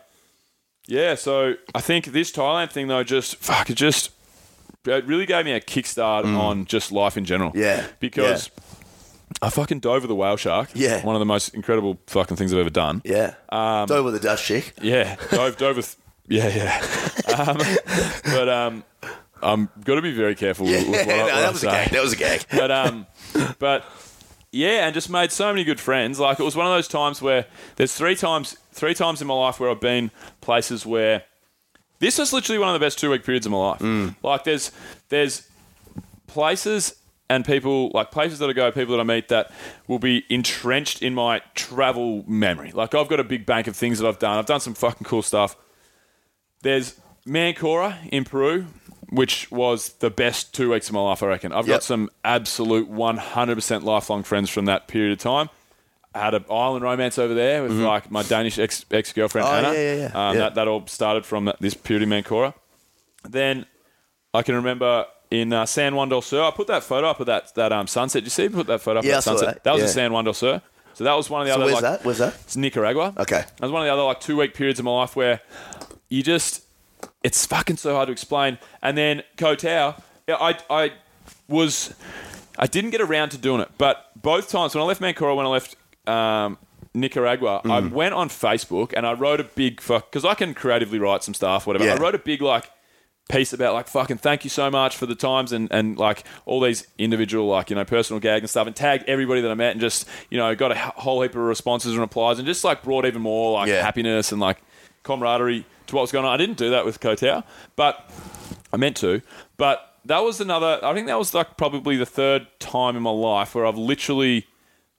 S2: yeah, so I think this Thailand thing though, just fuck, it just it really gave me a kickstart on just life in general.
S1: Mm. Yeah,
S2: because I fucking dove with a whale shark.
S1: Yeah.
S2: one of the most incredible fucking things I've ever done.
S1: Yeah. Um, so with the Dutch chick.
S2: Yeah, dove, dove with. Yeah, yeah. Um, but um, I'm got to be very careful with, with what, I-
S1: no,
S2: what I
S1: that was a
S2: say
S1: gag. That was a gag.
S2: but um, but yeah, and just made so many good friends. Like it was one of those times where there's three times three times in my life where I've been places where this was literally one of the best two week periods of my life. Like there's there's places and people like places that I go, people that I meet that will be entrenched in my travel memory. Like I've got a big bank of things that I've done. I've done some fucking cool stuff. There's Mancora in Peru, which was the best two weeks of my life, I reckon. I've
S1: Yep.
S2: got some absolute 100% lifelong friends from that period of time. I had an island romance over there with like my Danish ex ex girlfriend
S1: Mm-hmm. Oh,
S2: Anna.
S1: yeah, yeah, yeah.
S2: Um,
S1: Yeah.
S2: That, that all started from that, this period in Mancora. Then I can remember in uh, San Juan del Sur, I put that photo up of that that um, sunset. Did you see? I put that photo up
S1: Yeah,
S2: of
S1: I
S2: that
S1: saw
S2: sunset.
S1: that.
S2: was in
S1: Yeah.
S2: San Juan del Sur. So that was one of the
S1: So
S2: other.
S1: where's
S2: like,
S1: that? Where's that?
S2: It's Nicaragua.
S1: Okay.
S2: That was one of the other like two week periods of my life where you just it's fucking so hard to explain. And then Kotao, yeah, I I was I didn't get around to doing it, but both times when I left Mancora, when I left um, Nicaragua, I
S1: Mm.
S2: went on Facebook and I wrote a big fuck because I can creatively write some stuff, whatever.
S1: Yeah.
S2: I wrote a big like piece about like fucking thank you so much for the times and and like all these individual like you know personal gag and stuff and tagged everybody that I met and just you know got a h- whole heap of responses and replies and just like brought even more like
S1: Yeah.
S2: happiness and like camaraderie to what was going on. I didn't do that with Kotao, but I meant to, but that was another. I think that was like probably the third time in my life where I've literally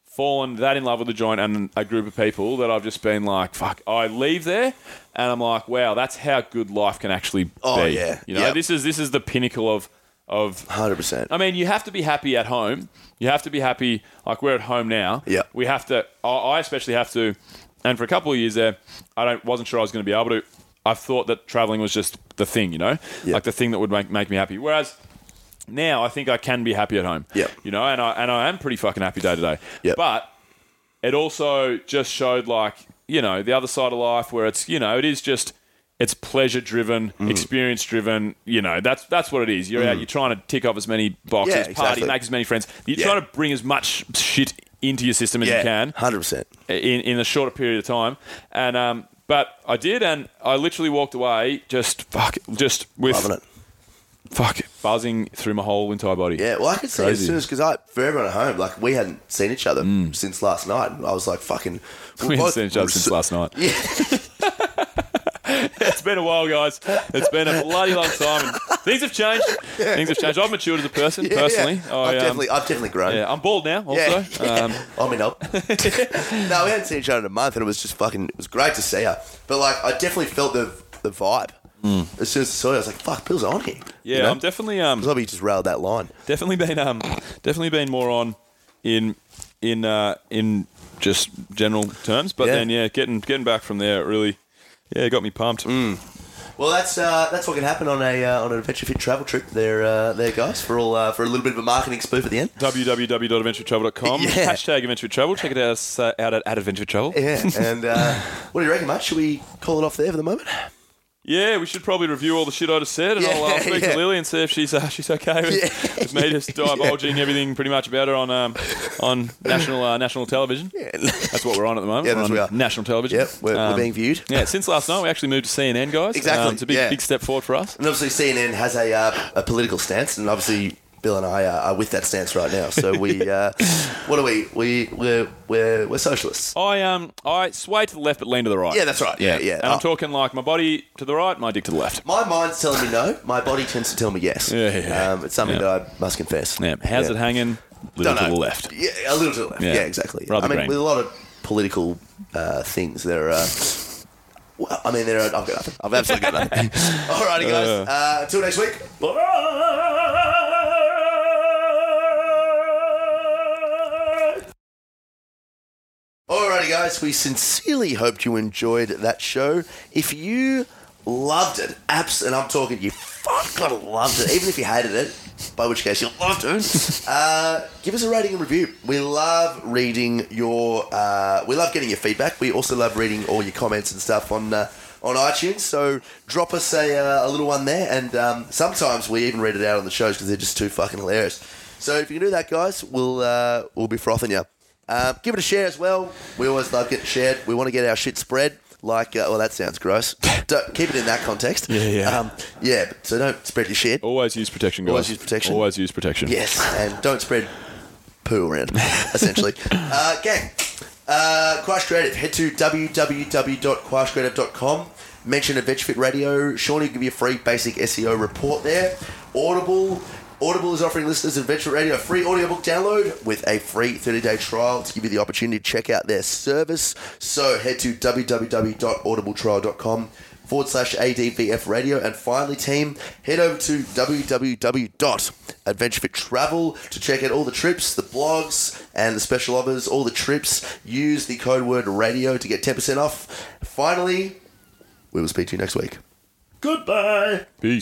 S2: fallen that in love with a joint and a group of people that I've just been like, fuck. I leave there, and I'm like, wow, that's how good life can actually
S1: Oh,
S2: be.
S1: yeah.
S2: you know,
S1: Yep.
S2: this is this is the pinnacle of of
S1: 100%.
S2: I mean, you have to be happy at home. You have to be happy. Like we're at home now.
S1: Yeah.
S2: We have to. I- I especially have to. And for a couple of years there, I don't wasn't sure I was going to be able to. I thought that traveling was just the thing, you know,
S1: Yeah.
S2: like the thing that would make make me happy. Whereas now, I think I can be happy at home.
S1: Yeah.
S2: You know, and I and I am pretty fucking happy day to day.
S1: Yeah.
S2: But it also just showed like you know the other side of life where it's you know it is just it's pleasure driven
S1: Mm.
S2: experience driven you know that's that's what it is you're out you're trying to tick off as many boxes
S1: Yeah,
S2: party
S1: exactly.
S2: make as many friends you're
S1: Yeah.
S2: trying to bring as much shit into your system as you can
S1: 100%.
S2: in, in a shorter period of time. And um, but I did, and I literally walked away just fuck, just with
S1: Loving it.
S2: fuck buzzing through my whole entire body.
S1: Yeah, well, I could see as
S2: Crazy. Mm.
S1: soon as because I for everyone at home, like we hadn't seen each other since last night, and I was like, "Fucking,
S2: We haven't
S1: both-
S2: seen each other since last night.
S1: Yeah.
S2: it's been a while, guys. It's been a bloody long time. And things have changed. Things have changed. I've matured as a person,
S1: Yeah, yeah.
S2: personally.
S1: I've
S2: um,
S1: definitely, I've definitely grown.
S2: yeah, I'm bald now. Also,
S1: Yeah, yeah.
S2: Um,
S1: I mean, I'll- no, we hadn't seen each other in a month, and it was just fucking. It was great to see her, but like, I definitely felt the the vibe as soon as I saw her. I was like, "Fuck, Bill's on here."
S2: Mm. yeah, I'm definitely um,
S1: probably just railed that line.
S2: definitely been um, definitely been more on in in uh, in just general terms. But
S1: Yeah.
S2: then, yeah, getting getting back from there, it really, yeah, it got me pumped.
S1: Mm. Well, that's uh, that's what can happen on a uh, on an adventure fit travel trip. There, uh, there, guys, for all uh, for a little bit of a marketing spoof at the end.
S2: www.adventuretravel.com.
S1: Yeah.
S2: Hashtag adventure travel. Check it out, us, uh, out at, at adventure travel.
S1: Yeah, and uh, what do you reckon, mate? Should we call it off there for the moment?
S2: Yeah, we should probably review all the shit I just said, and
S1: Yeah,
S2: I'll uh, speak
S1: yeah.
S2: to Lily and see if she's uh, she's okay with,
S1: Yeah.
S2: with me just divulging everything pretty much about her on um, on national uh, national television.
S1: Yeah.
S2: That's what we're on at the moment.
S1: Yeah,
S2: we're
S1: that's
S2: on
S1: we are.
S2: National television. Um,
S1: Yep, we're- we're being viewed.
S2: Yeah, since last night we actually moved to CNN, guys. Um,
S1: Exactly,
S2: it's a big
S1: yeah.
S2: big step forward for us.
S1: And obviously, CNN has a uh, a political stance, and obviously, Bill and I are, are with that stance right now. So we, uh, what are we? We we're we're, we're socialists.
S2: I um I sway to the left but lean to the right.
S1: Yeah, that's right. Yeah, yeah.
S2: And
S1: Oh.
S2: I'm talking like my body to the right, my dick to the left.
S1: My mind's telling me no. My body tends to tell me yes.
S2: Yeah, yeah, yeah.
S1: Um, it's something
S2: Yeah.
S1: that I must confess.
S2: Yeah, how's
S1: Yeah.
S2: it hanging? Little
S1: Don't
S2: to
S1: know.
S2: the left.
S1: Yeah, a little to the left. Yeah,
S2: Yeah.
S1: exactly.
S2: Rather
S1: I mean,
S2: green.
S1: with a lot of political uh, things, there are. Well, I mean, there are. I've got nothing. I've absolutely got nothing. All righty, guys. Uh, until next week. Alrighty, guys, we sincerely hoped you enjoyed that show. If you loved it, apps, and I'm talking, you fuck gotta loved it, even if you hated it, by which case you loved it, uh, give us a rating and review. We love reading your, uh, we love getting your feedback. We also love reading all your comments and stuff on. Uh, on iTunes, so drop us a, uh, a little one there, and um, sometimes we even read it out on the shows because they're just too fucking hilarious. So if you can do that, guys, we'll uh, we'll be frothing you. Uh, give it a share as well. We always love getting shared. We want to get our shit spread. Like, uh, well, that sounds gross. don't, keep it in that context. Yeah,
S2: yeah.
S1: Um, yeah, but- so don't spread your shit.
S2: Always use protection, guys.
S1: Always use protection.
S2: Always use protection.
S1: Yes, and don't spread poo around, essentially. uh, gang, uh, Quash Creative, head to www.quashcreative.com. Mention Adventure Fit Radio. Sean will give you a free basic SEO report there. Audible. Audible is offering listeners of Adventure Fit Radio a free audiobook download with a free 30-day trial to give you the opportunity to check out their service. So head to www.audibletrial.com forward slash ADVF radio. And finally, team, head over to www.adventurefittravel to check out all the trips, the blogs, and the special offers, all the trips. Use the code word radio to get 10% off. Finally, we will speak to you next week. Goodbye.
S2: Peace.